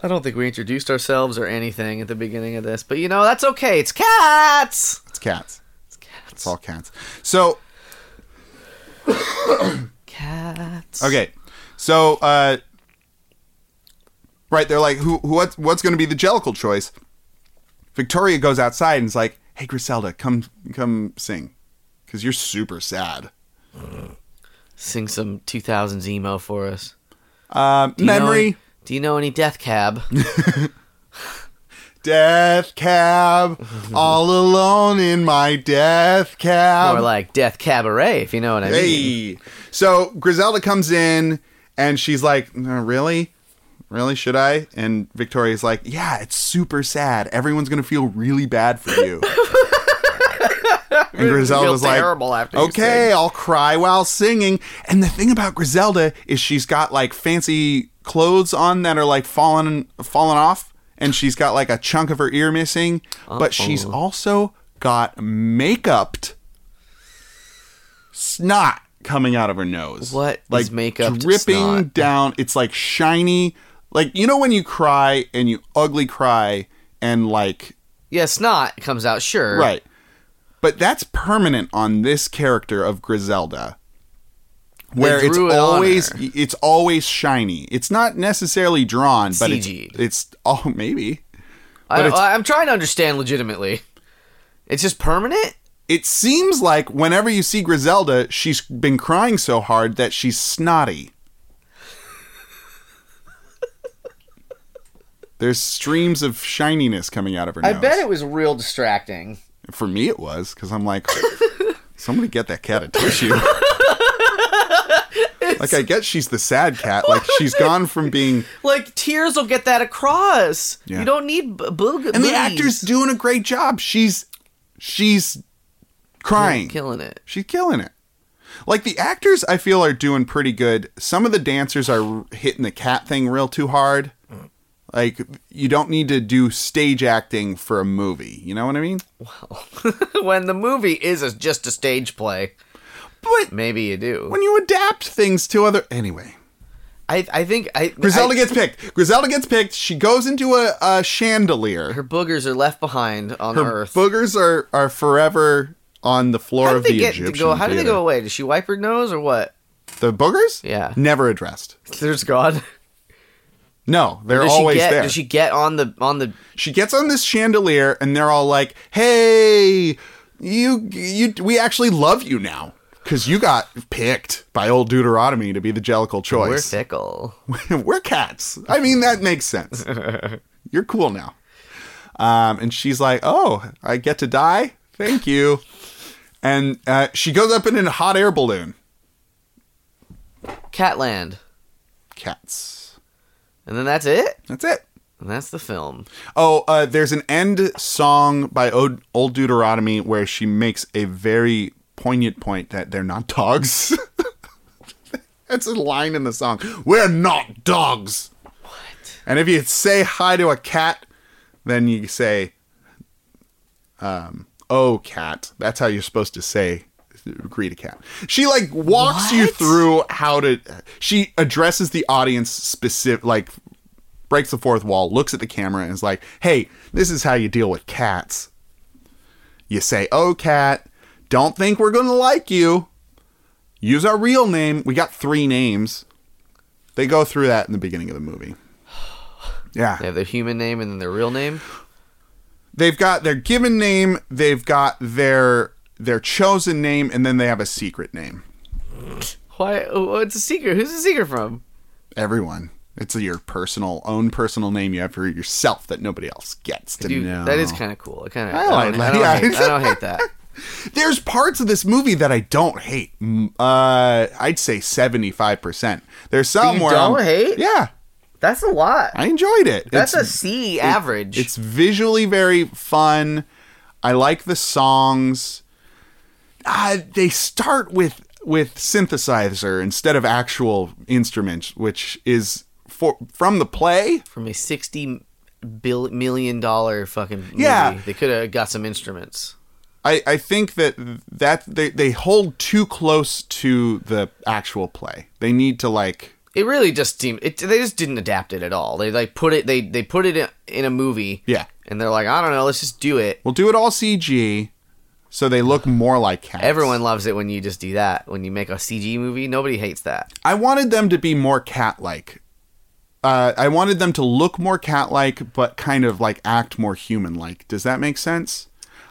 Speaker 2: I don't think we introduced ourselves or anything at the beginning of this, but you know that's okay. It's cats.
Speaker 1: It's cats.
Speaker 2: It's cats.
Speaker 1: It's all cats. So
Speaker 2: cats.
Speaker 1: okay, so uh, right, they're like, "Who? who- What's what's gonna be the Jellicle choice?" Victoria goes outside and is like, "Hey, Griselda, come come sing, because you're super sad."
Speaker 2: Sing some 2000s emo for us.
Speaker 1: Um,
Speaker 2: Do you know
Speaker 1: memory,
Speaker 2: any- do you know any Death Cab?
Speaker 1: death cab, all alone in my death cab.
Speaker 2: or like Death Cabaret, if you know what I mean.
Speaker 1: Um, hey, so Griselda comes in and she's like, "Uh, "Really, really, should I?" And Victoria's like, "Yeah, it's super sad. Everyone's gonna feel really bad for you." And Griselda
Speaker 2: feel
Speaker 1: was like,
Speaker 2: terrible after you
Speaker 1: okay, I'll cry while singing. And the thing about Griselda is she's got like fancy clothes on that are like falling falling off, and she's got like a chunk of her ear missing, but she's also got makeup snot coming out of her nose.
Speaker 2: What is
Speaker 1: like
Speaker 2: makeup
Speaker 1: dripping
Speaker 2: snot?
Speaker 1: down? It's like shiny. Like you know when you cry and you ugly cry and like
Speaker 2: Yeah, snot comes out, sure.
Speaker 1: Right. But that's permanent on this character of Griselda. Where it's
Speaker 2: drew it on
Speaker 1: always
Speaker 2: her.
Speaker 1: it's always shiny. It's not necessarily drawn, but
Speaker 2: CG.
Speaker 1: it's it's oh maybe.
Speaker 2: I,
Speaker 1: But it's-
Speaker 2: I- I'm trying to understand legitimately. It's just permanent?
Speaker 1: It seems like whenever you see Griselda, she's been crying so hard that she's snotty. There's streams of shininess coming out of her nose.
Speaker 2: it was real distracting.
Speaker 1: For me, it was because I'm like, somebody get that cat a tissue. like I get she's the sad cat. Like she's gone from being,
Speaker 2: Like, tears will get that across.
Speaker 1: Yeah.
Speaker 2: You don't need b- boog-
Speaker 1: and the
Speaker 2: boogies.
Speaker 1: actor's doing a great job. She's she's crying.
Speaker 2: killing it.
Speaker 1: She's killing it. Like the actors, I feel are doing pretty good. Some of the dancers are hitting the cat thing real too hard. Like you don't need to do stage acting for a movie. You know what I mean?
Speaker 2: when the movie is a, just a stage play,
Speaker 1: But
Speaker 2: maybe you do.
Speaker 1: when you adapt things to other anyway.
Speaker 2: I, I think I
Speaker 1: Griselda
Speaker 2: I-
Speaker 1: gets picked. Griselda gets picked. She goes into a, a chandelier.
Speaker 2: her
Speaker 1: Her,
Speaker 2: boogers are left behind on Earth.
Speaker 1: boogers are, are forever on the floor
Speaker 2: How do
Speaker 1: of
Speaker 2: they
Speaker 1: the
Speaker 2: get
Speaker 1: Egyptian
Speaker 2: to go? How do they
Speaker 1: theater.
Speaker 2: go away? Does she wipe her nose or what?
Speaker 1: The boogers?
Speaker 2: Yeah.
Speaker 1: Never addressed.
Speaker 2: There's God.
Speaker 1: No, they're
Speaker 2: Does
Speaker 1: always
Speaker 2: she get,
Speaker 1: there.
Speaker 2: Does she get on the on the?
Speaker 1: she gets on this chandelier and they're all like, "Hey, you you we actually love you now cuz you got picked by old Deuteronomy to be the jellical
Speaker 2: We're
Speaker 1: choice.
Speaker 2: fickle.
Speaker 1: We're cats. I mean, that makes sense. You're cool now." Um, and she's like, "Oh, I get to die. Thank you." And uh, she goes up in a hot air balloon.
Speaker 2: Catland,
Speaker 1: Cats.
Speaker 2: and then that's it.
Speaker 1: That's it.
Speaker 2: And that's the film.
Speaker 1: Oh, uh, there's an end song by Old, Old Deuteronomy where she makes a very poignant point that they're not dogs. That's a line in the song. We're not dogs. What? And if you say hi to a cat, then you say, um, "Oh, cat." That's how you're supposed to say greet a cat. She like walks you
Speaker 2: What?
Speaker 1: through how to. She addresses the audience specific, like breaks the fourth wall, looks at the camera, and is like, "Hey, this is how you deal with cats. You say, "Oh, cat, don't think we're gonna like you. Use our real name. We got three names." They go through that in the beginning of the movie. Yeah
Speaker 2: They have their human name and then their real name.
Speaker 1: they've got their given name, they've got their their chosen name, and then they have a secret name.
Speaker 2: Why? Oh, it's a secret. Who's the secret from?
Speaker 1: Everyone. It's your personal, own personal name you have for yourself that nobody else gets to
Speaker 2: Dude,
Speaker 1: know.
Speaker 2: that is kind of cool. I kind of. I,
Speaker 1: like
Speaker 2: don't- I, don't
Speaker 1: that.
Speaker 2: hate- I don't hate that.
Speaker 1: There's parts of this movie that I don't hate. Mm, Uh, I'd say seventy five percent. There's some
Speaker 2: you
Speaker 1: where
Speaker 2: don't
Speaker 1: I'm-
Speaker 2: hate?
Speaker 1: Yeah,
Speaker 2: That's a lot.
Speaker 1: I enjoyed it.
Speaker 2: That's
Speaker 1: It's-
Speaker 2: a C average.
Speaker 1: It's visually very fun. I like the songs. Uh, they start with with synthesizer instead of actual instruments, which is for from the play.
Speaker 2: from a sixty bill, million dollar fucking movie.
Speaker 1: Yeah.
Speaker 2: They could have got some instruments.
Speaker 1: I, I think that that they, they hold too close to the actual play. They need to like
Speaker 2: It really just seemed it, they just didn't adapt it at all. They like put it they they put it in, in a movie.
Speaker 1: Yeah.
Speaker 2: And they're like, I don't know, let's just do it.
Speaker 1: we'll do it all CG, so they look more like cats.
Speaker 2: Everyone loves it when you just do that. When you make a CG movie, nobody hates that.
Speaker 1: I wanted them to be more cat like. Uh, I wanted them to look more cat like, but kind of like act more human like. Does that make sense?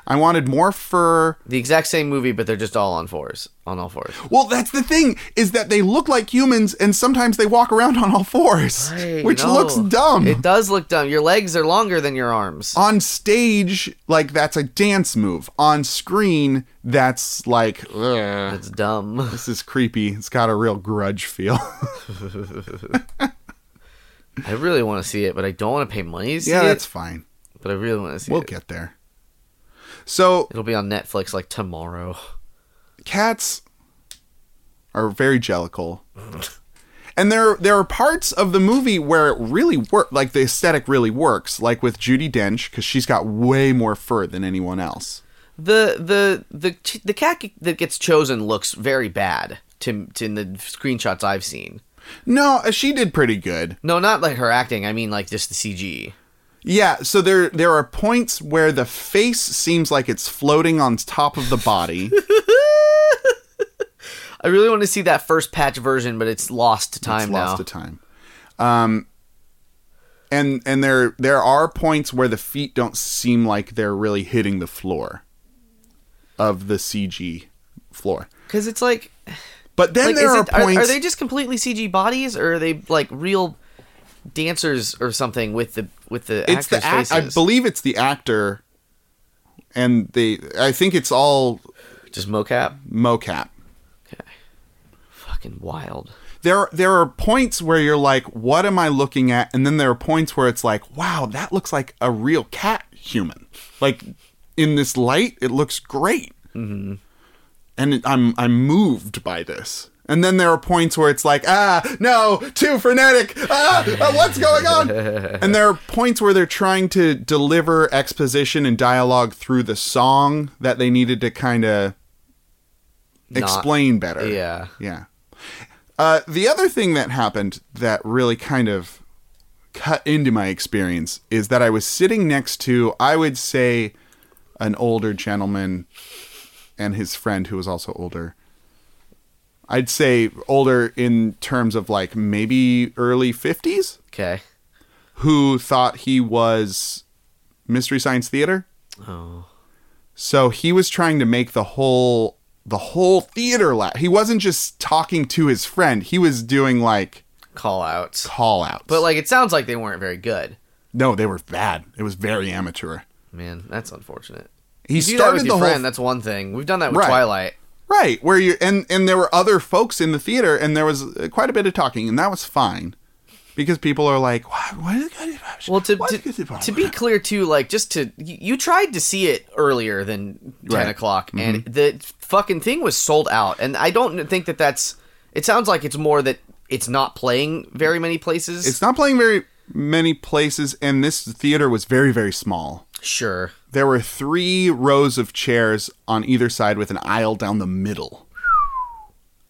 Speaker 1: I wanted more fur.
Speaker 2: The exact same movie, but they're just all on fours, on all fours.
Speaker 1: Well, that's the thing is that they look like humans, and sometimes they walk around on all fours, which
Speaker 2: No.
Speaker 1: looks dumb.
Speaker 2: It does look dumb. Your legs are longer than your arms.
Speaker 1: on stage, like that's a dance move. On screen, that's like, ugh,
Speaker 2: It's dumb.
Speaker 1: this is creepy. It's got a real grudge feel.
Speaker 2: I really want to see it, but I don't want to pay money to see
Speaker 1: yeah,
Speaker 2: it.
Speaker 1: that's fine.
Speaker 2: But I really want to see
Speaker 1: We'll
Speaker 2: it.
Speaker 1: get there. So
Speaker 2: It'll be on Netflix like tomorrow.
Speaker 1: cats are very jellical. And there, there are parts of the movie where it really work, like the aesthetic really works, like with Judy Dench, because she's got way more fur than anyone else.
Speaker 2: The the the the cat that gets chosen looks very bad to, to in the screenshots I've seen.
Speaker 1: No, uh, she did pretty good.
Speaker 2: No, not like her acting. I mean like just the CG.
Speaker 1: Yeah, so there there are points where the face seems like it's floating on top of the body.
Speaker 2: I really want to see that first patch version, but it's lost to time
Speaker 1: it's
Speaker 2: now.
Speaker 1: lost to time. Um, and and there there are points where the feet don't seem like they're really hitting the floor of the CG floor.
Speaker 2: Because it's like,
Speaker 1: But then
Speaker 2: like
Speaker 1: there
Speaker 2: is
Speaker 1: are
Speaker 2: it, are,
Speaker 1: points.
Speaker 2: are they just completely CG bodies, or are they like real dancers or something with the with the
Speaker 1: it's the
Speaker 2: actors'
Speaker 1: act, I
Speaker 2: faces?
Speaker 1: believe it's the actor, and they. I think it's all
Speaker 2: just mocap.
Speaker 1: mocap.
Speaker 2: Fucking wild.
Speaker 1: there there are points where you're like, what am I looking at? And then there are points where it's like, wow, that looks like a real cat human. Like in this light, it looks great, mm-hmm. and it, I'm I'm moved by this. And then there are points where it's like, ah, no, too frenetic. Ah, ah, what's going on? and there are points where they're trying to deliver exposition and dialogue through the song that they needed to kind of
Speaker 2: Not-
Speaker 1: explain better.
Speaker 2: Yeah.
Speaker 1: Yeah. Uh, the other thing that happened that really kind of cut into my experience is that I was sitting next to, I would say, an older gentleman and his friend who was also older. I'd say older in terms of like maybe early 50s,
Speaker 2: Okay.
Speaker 1: who thought he was Mystery Science Theater.
Speaker 2: Oh.
Speaker 1: So he was trying to make the whole the whole theater laugh. He wasn't just talking to his friend. He was doing like
Speaker 2: Call outs.
Speaker 1: call outs.
Speaker 2: But like, it sounds like they weren't very good.
Speaker 1: no, they were bad. It was very amateur.
Speaker 2: Man, that's unfortunate.
Speaker 1: He
Speaker 2: You do that
Speaker 1: started
Speaker 2: with
Speaker 1: the
Speaker 2: your
Speaker 1: whole
Speaker 2: friend. that's one thing. We've done that with
Speaker 1: Right.
Speaker 2: Twilight.
Speaker 1: right where you and and there were other folks in the theater and there was uh, quite a bit of talking and that was fine because people are like what what is good about-
Speaker 2: Well, to,
Speaker 1: what is
Speaker 2: to,
Speaker 1: good about-
Speaker 2: to be clear, too, like just to you you tried to see it earlier than ten
Speaker 1: Right. Mm-hmm.
Speaker 2: o'clock, and the fucking thing was sold out. And I don't think that that's. It sounds like it's more that it's not playing very many places.
Speaker 1: it's not playing very many places and this theater was very very small.
Speaker 2: sure.
Speaker 1: There were three rows of chairs on either side with an aisle down the middle.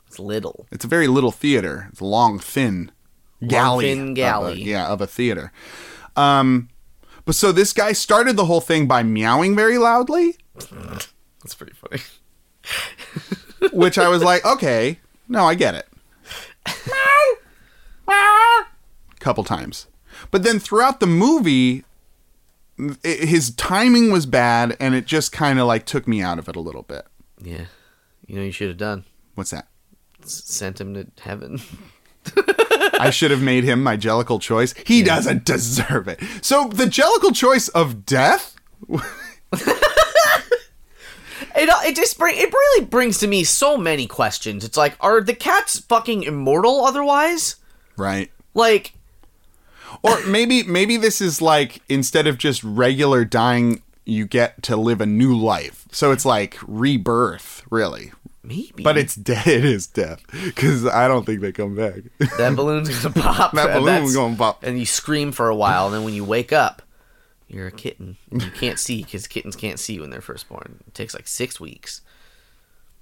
Speaker 2: It's little.
Speaker 1: It's a very little theater. It's a long, thin galley.
Speaker 2: thin
Speaker 1: of a-
Speaker 2: galley.
Speaker 1: yeah, of a theater. Um, but so this guy started the whole thing by meowing very loudly,
Speaker 2: That's pretty funny.
Speaker 1: which I was like, okay, no, I get it. Couple times. But then throughout the movie, i his timing was bad and it just kind of like took me out of it a little bit.
Speaker 2: Yeah. You know, you should have done.
Speaker 1: What's that?
Speaker 2: S- Sent him to heaven.
Speaker 1: I should have made him my jellical choice. He doesn't deserve it. So the jellical choice of death?
Speaker 2: It, uh, it just bring it really brings to me so many questions. It's like, are the cats fucking immortal otherwise?
Speaker 1: Right.
Speaker 2: Like,
Speaker 1: Or maybe maybe this is like instead of just regular dying, you get to live a new life. So it's like rebirth, really.
Speaker 2: maybe.
Speaker 1: But it's death. It is death because I don't think they come back.
Speaker 2: that balloon's gonna pop.
Speaker 1: That
Speaker 2: and
Speaker 1: balloon
Speaker 2: that's-
Speaker 1: gonna pop.
Speaker 2: And you scream for a while, and then when you wake up, you're a kitten. You can't see because kittens can't see when they're first born. It takes like six weeks.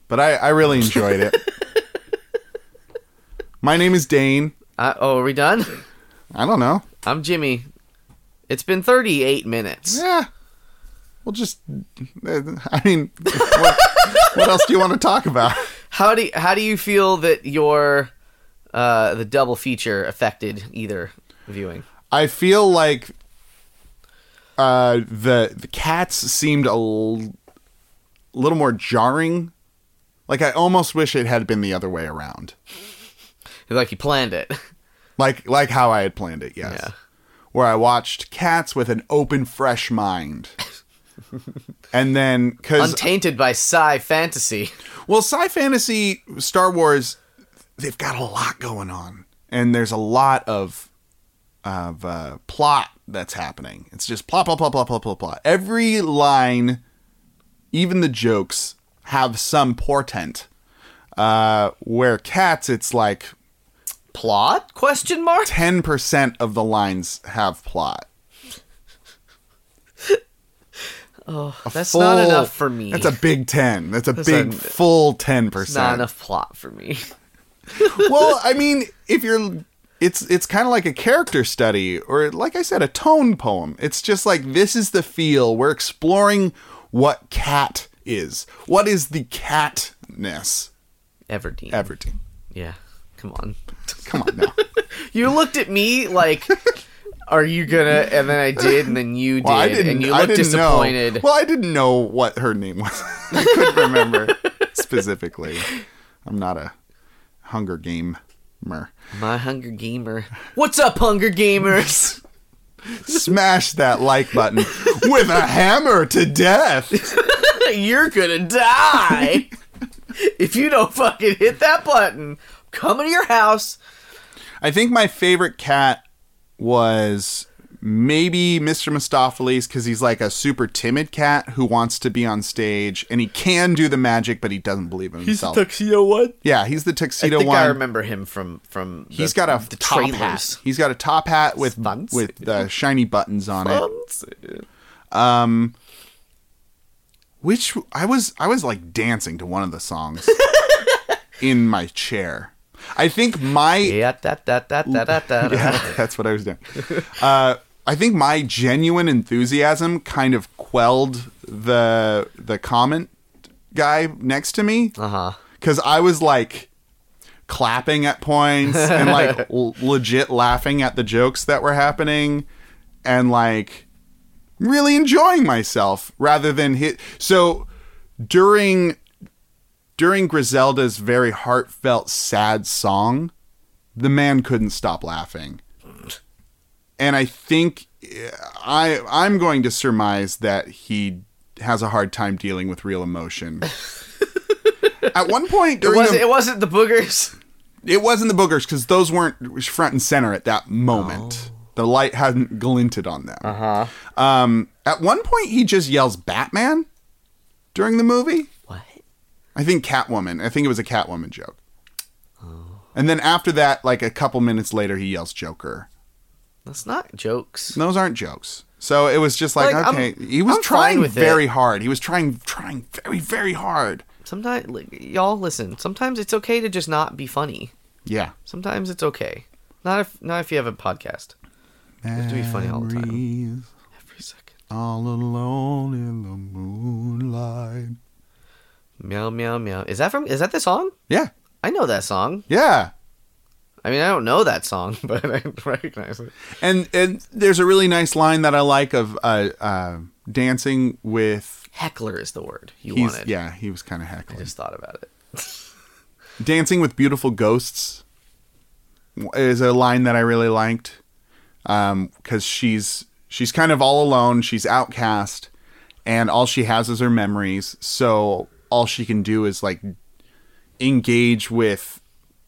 Speaker 1: but I, I really enjoyed it. My name is Dane.
Speaker 2: Uh, oh, are we done?
Speaker 1: I don't know.
Speaker 2: I'm Jimmy. It's been 38 minutes.
Speaker 1: Yeah. We'll just. uh, I mean, what, what else do you want to talk about?
Speaker 2: How do you, how do you feel that your uh, the double feature affected either viewing?
Speaker 1: I feel like uh, the the cats seemed a l- little more jarring. Like I almost wish it had been the other way around.
Speaker 2: Like you planned it.
Speaker 1: Like like how I had planned it. Yes.
Speaker 2: Yeah.
Speaker 1: Where I watched cats with an open, fresh mind. and then because
Speaker 2: Untainted by sci fantasy.
Speaker 1: Well, sci fantasy, Star Wars, they've got a lot going on, and there's a lot of of uh, plot that's happening. It's just plot, plot, plot, plot, plot, plot, plot. Every line even the jokes have some portent. Uh, where cats, it's like
Speaker 2: Plot? Question mark?
Speaker 1: 10% of the lines have plot.
Speaker 2: Oh, That's
Speaker 1: Full-
Speaker 2: not enough for me.
Speaker 1: That's a big 10. That's a big
Speaker 2: a-
Speaker 1: full 10%.
Speaker 2: not enough plot for me.
Speaker 1: well, I mean, if you're it's it's kind of like a character study or like I said a tone poem. It's just like this is the feel we're exploring what cat is. What is the catness?
Speaker 2: Everdeen.
Speaker 1: Everdeen.
Speaker 2: yeah. Come on.
Speaker 1: Come on now.
Speaker 2: You looked at me like, are you gonna? And then I did, and then you did,
Speaker 1: Well, I didn't
Speaker 2: and you
Speaker 1: I
Speaker 2: looked
Speaker 1: didn't
Speaker 2: disappointed.
Speaker 1: Know. Well, I didn't know what her name was. I couldn't remember specifically. I'm not a Hunger Gamer.
Speaker 2: My Hunger Gamer. What's up, Hunger Gamers?
Speaker 1: Smash that like button with a hammer to death.
Speaker 2: You're gonna die if you don't fucking hit that button. Come to your house.
Speaker 1: I think my favorite cat was maybe Mr. Mistopheles because he's like a super timid cat who wants to be on stage and he can do the magic, but he doesn't believe in himself.
Speaker 2: tuxedo one.
Speaker 1: yeah, he's the
Speaker 2: I
Speaker 1: tuxedo
Speaker 2: think
Speaker 1: one.
Speaker 2: I remember him from from.
Speaker 1: He's got a
Speaker 2: the
Speaker 1: top
Speaker 2: trailers.
Speaker 1: hat. He's got a top hat with
Speaker 2: Fancy.
Speaker 1: with uh, shiny buttons on it. Um, Which I was I was like dancing to one of the songs in my chair. I think my
Speaker 2: Yeah, da, da, da, da, da, da, da.
Speaker 1: yeah, that's what I was doing. Uh, I think my genuine enthusiasm kind of quelled the the comment guy next to me
Speaker 2: Uh-huh.
Speaker 1: because I was like clapping at points and like l- legit laughing at the jokes that were happening and like really enjoying myself rather than hit. So during during Griselda's very heartfelt, sad song, the man couldn't stop laughing. And I think eh, I I'm going to surmise that he has a hard time dealing with real emotion. At one point
Speaker 2: It
Speaker 1: during
Speaker 2: wasn't,
Speaker 1: the,
Speaker 2: it wasn't the boogers.
Speaker 1: it wasn't the boogers because those weren't front and center at that moment.
Speaker 2: Oh.
Speaker 1: The light hadn't glinted on them.
Speaker 2: Uh huh.
Speaker 1: Um, at one point, he just yells Batman during the movie.
Speaker 2: What?
Speaker 1: I think Catwoman. I think it was a Catwoman joke.
Speaker 2: Oh.
Speaker 1: And then after that, like a couple minutes later, he yells Joker.
Speaker 2: That's not jokes.
Speaker 1: Those aren't jokes. So it was just like,
Speaker 2: Like, I'm-
Speaker 1: okay, he was
Speaker 2: I'm
Speaker 1: trying
Speaker 2: fine with it.
Speaker 1: very hard. He was trying, trying very, very hard.
Speaker 2: Sometimes, like, y'all listen. Sometimes it's okay to just not be funny.
Speaker 1: Yeah.
Speaker 2: Sometimes it's okay. Not if not if you have a podcast. have to be funny all the time.
Speaker 1: Memories
Speaker 2: Every second.
Speaker 1: All alone in the moonlight.
Speaker 2: Meow meow meow. Is that from? Is that the song?
Speaker 1: Yeah.
Speaker 2: I know that song.
Speaker 1: Yeah.
Speaker 2: I mean, I don't know that song, but I recognize it.
Speaker 1: And and there's a really nice line that I like of uh, uh, dancing with.
Speaker 2: Heckler is the word you
Speaker 1: He's,
Speaker 2: wanted.
Speaker 1: yeah, he was kind of
Speaker 2: I
Speaker 1: heckling.
Speaker 2: just thought about it.
Speaker 1: Dancing with Beautiful Ghosts is a line that I really liked because she's she's kind of all alone. She's outcast, and all she has is her memories. So all she can do is like engage with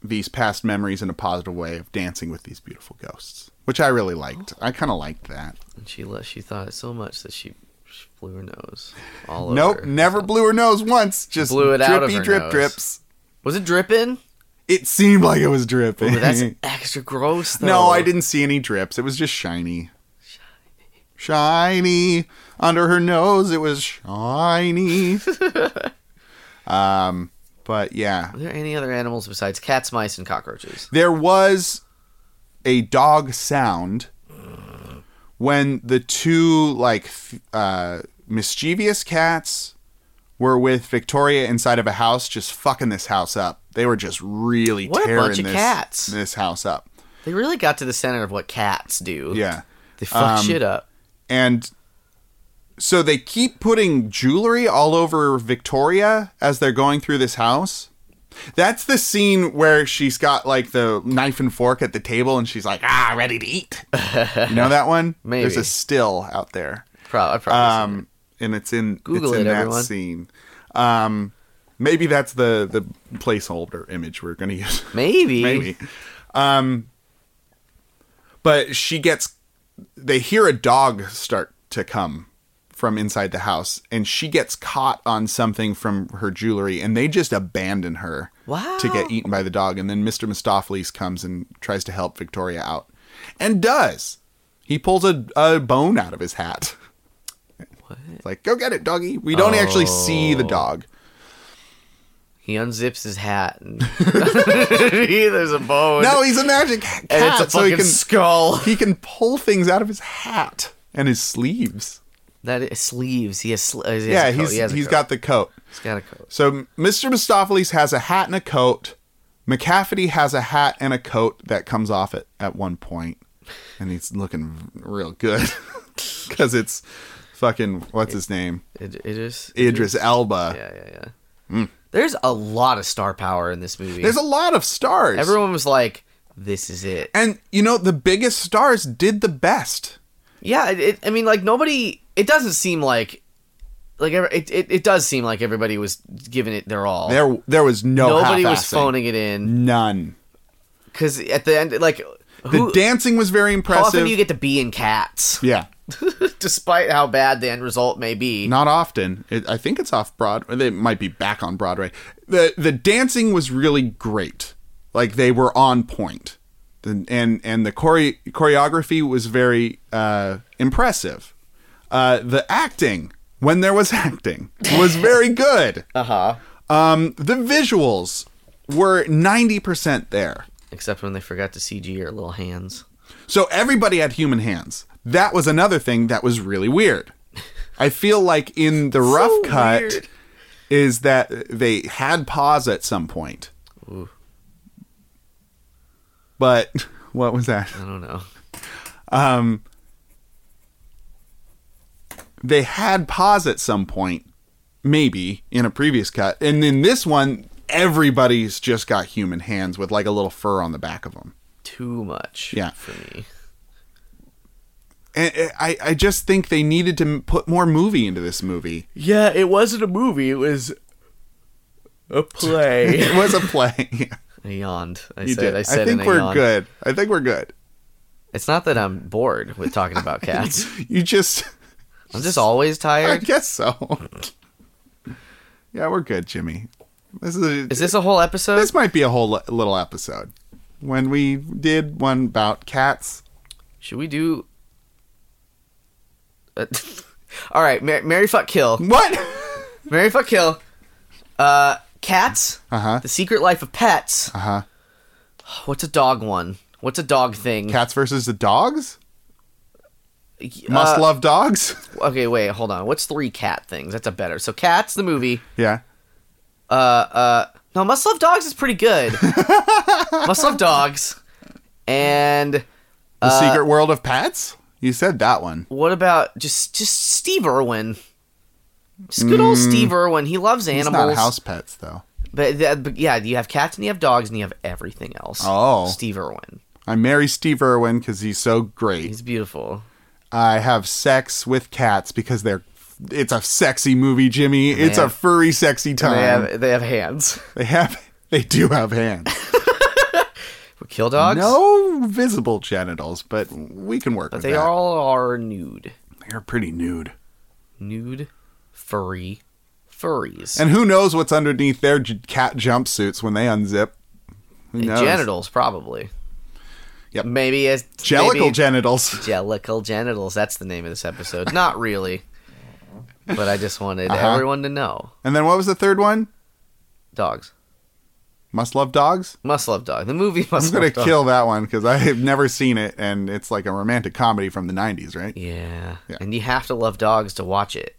Speaker 1: these past memories in a positive way of dancing with these beautiful ghosts, which I really liked.
Speaker 2: Oh.
Speaker 1: I kind of liked that.
Speaker 2: And she lo- she thought it so much that she, she blew her nose all
Speaker 1: Nope,
Speaker 2: over.
Speaker 1: never blew her nose once. Just
Speaker 2: Blew it
Speaker 1: drippy
Speaker 2: out of her
Speaker 1: drip
Speaker 2: nose.
Speaker 1: drips.
Speaker 2: Was it dripping?
Speaker 1: It seemed like it was dripping.
Speaker 2: Ooh, that's extra gross. Though.
Speaker 1: No, I didn't see any drips. It was just shiny. Shiny. Shiny. Under her nose, it was shiny. um, but yeah.
Speaker 2: Are there any other animals besides cats, mice, and cockroaches?
Speaker 1: There was a dog sound when the two, like, th- uh, mischievous cats were with Victoria inside of a house, just fucking this house up. They were just really
Speaker 2: What a
Speaker 1: tearing
Speaker 2: bunch of
Speaker 1: this,
Speaker 2: cats.
Speaker 1: this house up.
Speaker 2: They really got to the center of what cats do.
Speaker 1: Yeah.
Speaker 2: They fuck
Speaker 1: Um,
Speaker 2: shit up.
Speaker 1: and so they keep putting jewelry all over Victoria as they're going through this house. That's the scene where she's got like the knife and fork at the table and she's like, ah, ready to eat. you know that one?
Speaker 2: Maybe.
Speaker 1: There's a still out there.
Speaker 2: Pro- I probably
Speaker 1: Um, and it's in,
Speaker 2: Google
Speaker 1: it's in
Speaker 2: it,
Speaker 1: that
Speaker 2: everyone.
Speaker 1: scene. Um, maybe that's the, the placeholder image we're going to use
Speaker 2: maybe.
Speaker 1: maybe. Um, but she gets. They hear a dog start to come from inside the house and she gets caught on something from her jewelry and they just abandon her
Speaker 2: Wow.
Speaker 1: to get eaten by the dog and then Mr. Mistopheles comes and tries to help Victoria out and does. He pulls a, a bone out of his hat. It's Like, go get it, doggy. We don't actually see
Speaker 2: Oh.
Speaker 1: the dog.
Speaker 2: He unzips his hat and there's a bone.
Speaker 1: No, he's a magic cat,
Speaker 2: and it's a fucking
Speaker 1: so he can
Speaker 2: skull.
Speaker 1: he can pull things out of his hat and his sleeves.
Speaker 2: That is sleeves. He has. Sl- uh, he has a
Speaker 1: Yeah,
Speaker 2: coat.
Speaker 1: he's
Speaker 2: he has a
Speaker 1: he's
Speaker 2: coat.
Speaker 1: got the coat.
Speaker 2: He's got a coat.
Speaker 1: So Mr. Mistopheles has a hat and a coat. McCafferty has a hat and a coat that comes off at, at one point, and he's looking real good because it's fucking what's his name
Speaker 2: It, it is.
Speaker 1: Idris Elba.
Speaker 2: Yeah, yeah, yeah. There's a lot of star power in this movie.
Speaker 1: There's a lot of stars.
Speaker 2: Everyone was like, "This is it."
Speaker 1: and you know the biggest stars did the best.
Speaker 2: Yeah, it, it, I mean, like nobody. It doesn't seem like, like ever- it, it. It does seem like everybody was giving it their all.
Speaker 1: There there was no
Speaker 2: nobody was
Speaker 1: half-assing.
Speaker 2: phoning it in
Speaker 1: none.
Speaker 2: because at the end, like,
Speaker 1: The
Speaker 2: who?
Speaker 1: dancing was very
Speaker 2: how
Speaker 1: impressive.
Speaker 2: often do you get to be in cats,
Speaker 1: yeah.
Speaker 2: despite how bad the end result may be?
Speaker 1: Not often. It, I think it's off Broadway. It might be back on Broadway. the The dancing was really great. Like they were on point, The- and and the chore- choreography was very uh, impressive. Uh, the acting, when there was acting, was very good.
Speaker 2: Uh huh.
Speaker 1: Um, the visuals were ninety percent there.
Speaker 2: Except when they forgot to CG your little hands.
Speaker 1: So everybody had human hands. That was another thing that was really weird. I feel like in the rough cut
Speaker 2: weird.
Speaker 1: is that they had paws at some point. But what was that?
Speaker 2: I don't know.
Speaker 1: They had paws at some point, maybe in a previous cut. And in this one, everybody's just got human hands with like a little fur on the back of them.
Speaker 2: Too much.
Speaker 1: Yeah.
Speaker 2: For me.
Speaker 1: And eh, I, I just think they needed to m- put more movie into this movie.
Speaker 2: Yeah, it wasn't a movie. It was a play.
Speaker 1: It was a play.
Speaker 2: I yawned. I
Speaker 1: You
Speaker 2: said.
Speaker 1: did.
Speaker 2: I said.
Speaker 1: think
Speaker 2: and I
Speaker 1: we're
Speaker 2: yawned.
Speaker 1: good. I think we're good.
Speaker 2: It's not that I'm bored with talking about cats.
Speaker 1: You just,
Speaker 2: I'm just always
Speaker 1: I
Speaker 2: tired.
Speaker 1: guess so. yeah, we're good, Jimmy. This is, a,
Speaker 2: Is this a whole episode?
Speaker 1: this might be a whole li- little episode when we did one about cats.
Speaker 2: Should we do? Uh, All right, Mar- Mary fuck kill.
Speaker 1: What?
Speaker 2: Mary fuck kill. Uh, cats.
Speaker 1: Uh huh.
Speaker 2: The Secret Life of Pets.
Speaker 1: Uh huh.
Speaker 2: What's a dog one? What's a dog thing?
Speaker 1: Cats versus the dogs.
Speaker 2: Uh,
Speaker 1: Must love dogs.
Speaker 2: Okay, wait, hold on. What's three cat things? That's a better. So cats, the movie.
Speaker 1: yeah.
Speaker 2: Uh, uh. No, must love dogs is pretty good. must love dogs. And
Speaker 1: The
Speaker 2: uh,
Speaker 1: Secret World of Pets. You said that one.
Speaker 2: what about just just Steve Irwin? Just good old Steve Irwin. He loves
Speaker 1: It's
Speaker 2: animals.
Speaker 1: Hmm. not house pets though.
Speaker 2: But, that, but yeah, you have cats and you have dogs and you have everything else.
Speaker 1: Oh.
Speaker 2: Steve Irwin.
Speaker 1: I marry Steve Irwin because he's so great.
Speaker 2: He's beautiful.
Speaker 1: I have sex with cats because they're. It's a sexy movie, Jimmy. It's a
Speaker 2: have-
Speaker 1: furry, sexy time.
Speaker 2: They have they have hands.
Speaker 1: They have. They do have hands.
Speaker 2: Kill dogs.
Speaker 1: No visible genitals, but we can work with
Speaker 2: they
Speaker 1: that.
Speaker 2: all are nude,
Speaker 1: They're pretty nude.
Speaker 2: nude, furry, furries.
Speaker 1: And who knows what's underneath their j- cat jumpsuits when they unzip? Who knows?
Speaker 2: genitals probably.
Speaker 1: Yep.
Speaker 2: Maybe as
Speaker 1: Jellicle
Speaker 2: maybe
Speaker 1: genitals.
Speaker 2: Jellicle genitals. That's the name of this episode. Not really, but I just wanted
Speaker 1: Uh-huh.
Speaker 2: everyone to know.
Speaker 1: And then what was the third one?
Speaker 2: Dogs
Speaker 1: Must love dogs.
Speaker 2: must love dog. The movie
Speaker 1: I'm
Speaker 2: must
Speaker 1: gonna
Speaker 2: love dog.
Speaker 1: kill that one because I have never seen it, and it's like a romantic comedy from the '90s, right?
Speaker 2: Yeah.
Speaker 1: Yeah.
Speaker 2: and you have to love dogs to watch it.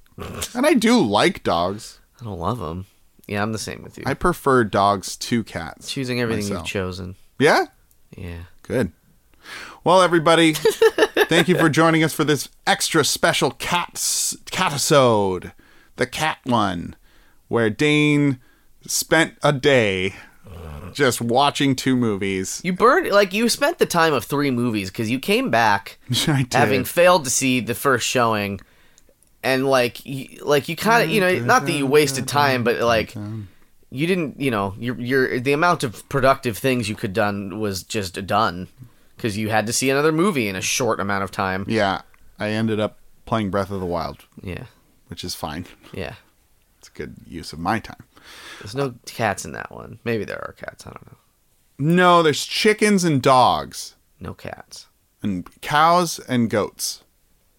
Speaker 1: And I do like dogs.
Speaker 2: I don't love them. Yeah, I'm the same with you.
Speaker 1: I prefer dogs to cats.
Speaker 2: Choosing everything
Speaker 1: myself.
Speaker 2: you've chosen.
Speaker 1: Yeah.
Speaker 2: Yeah.
Speaker 1: Good. Well, everybody, thank you for joining us for this extra special cats catisode, the cat one, where Dane spent a day just watching two movies.
Speaker 2: You burned like you spent the time of three movies because you came back
Speaker 1: I did.
Speaker 2: having failed to see the first showing, and like you, like you kind of you know not that you wasted time, but like
Speaker 1: Um,
Speaker 2: you didn't you know your your the amount of productive things you could done was just done because you had to see another movie in a short amount of time.
Speaker 1: yeah, I ended up playing Breath of the Wild,
Speaker 2: Yeah.
Speaker 1: which is fine.
Speaker 2: Yeah.
Speaker 1: It's a good use of my time.
Speaker 2: There's no cats in that one. Maybe there are cats. I don't know.
Speaker 1: No, there's chickens and dogs
Speaker 2: No cats.
Speaker 1: and cows and goats,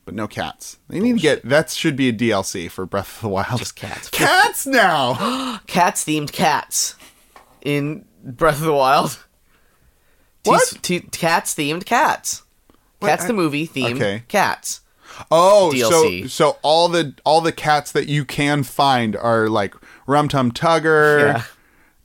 Speaker 1: but no cats. They need to get that should be a DLC for Breath of the Wild.
Speaker 2: Just cats.
Speaker 1: Cats now.
Speaker 2: Cats themed cats in Breath of the Wild.
Speaker 1: What?
Speaker 2: T- cats themed cats.
Speaker 1: What?
Speaker 2: Cats
Speaker 1: I-
Speaker 2: the movie themed
Speaker 1: Okay.
Speaker 2: cats.
Speaker 1: Oh,
Speaker 2: DLC.
Speaker 1: so so all the all the cats that you can find are like Rum Tum Tugger
Speaker 2: Yeah.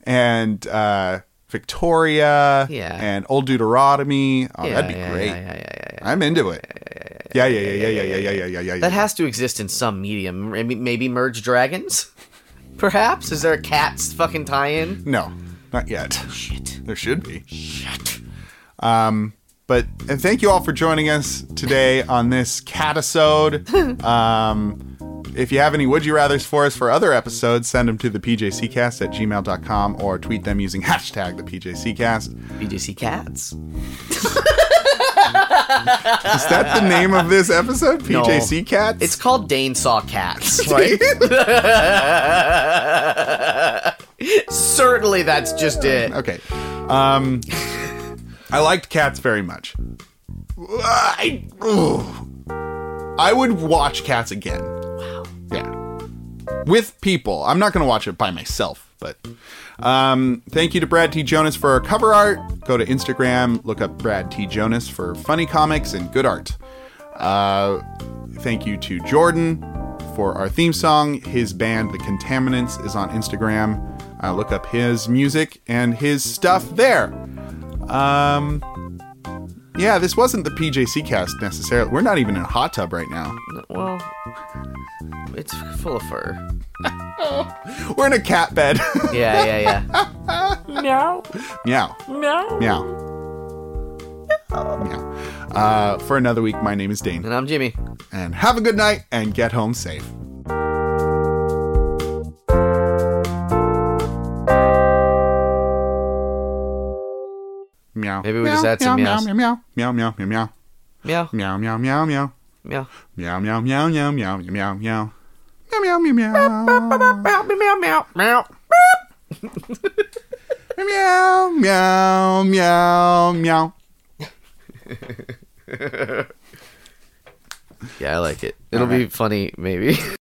Speaker 1: and uh, Victoria
Speaker 2: Yeah.
Speaker 1: and Old Deuteronomy. Oh, that'd be
Speaker 2: yeah,
Speaker 1: great.
Speaker 2: Yeah, yeah, yeah, yeah, yeah.
Speaker 1: I'm into it. Yeah, yeah, yeah, yeah, yeah, yeah, yeah, yeah, yeah, yeah.
Speaker 2: That has to exist in some medium. Maybe, maybe merge dragons? Perhaps? Is there a cat's fucking tie in?
Speaker 1: no, not yet.
Speaker 2: Shit.
Speaker 1: There should be. Shit. Um, but and thank you all for joining us today on this catisode. um, if you have any would you rathers for us for other episodes, send them to the PJCcast at gmail.com or tweet them using hashtag the PJCcast.
Speaker 2: BJC cats.
Speaker 1: Is that the name of this episode? PJC Cats?
Speaker 2: It's called Dane Saw Cats.
Speaker 1: right.
Speaker 2: Certainly that's just it.
Speaker 1: okay. Um, I liked cats very much. I, ugh. I would watch cats again.
Speaker 2: Wow.
Speaker 1: Yeah. With people. I'm not going to watch it by myself, but um, thank you to Brad T. Jonas for our cover art. Go to Instagram, look up Brad T. Jonas for funny comics and good art. Uh, thank you to Jordan for our theme song. His band, The Contaminants, is on Instagram. Uh, look up his music and his stuff there. Um, yeah, this wasn't the PJC cast necessarily. We're not even in a hot tub right now.
Speaker 2: Well, it's full of fur.
Speaker 1: We're in a cat bed.
Speaker 2: Yeah, yeah, yeah.
Speaker 3: Meow,
Speaker 1: Meow.
Speaker 3: meow.
Speaker 1: Meow. Meow. Uh, for another week, my name is Dane.
Speaker 2: And I'm Jimmy.
Speaker 1: And have a good night and get home safe. Meow.
Speaker 2: Maybe we just add some
Speaker 1: meow,
Speaker 2: meows.
Speaker 1: meow, meow, meow, meow, meow,
Speaker 2: Meow,
Speaker 1: meow, meow, meow, meow.
Speaker 2: meow.
Speaker 1: Meow, meow, meow, meow, meow, meow, meow. Meow, meow, meow, meow.
Speaker 2: Meow, meow, meow, meow, meow.
Speaker 1: Meow, meow, meow, meow.
Speaker 2: Yeah, I like it. It'll be funny, maybe.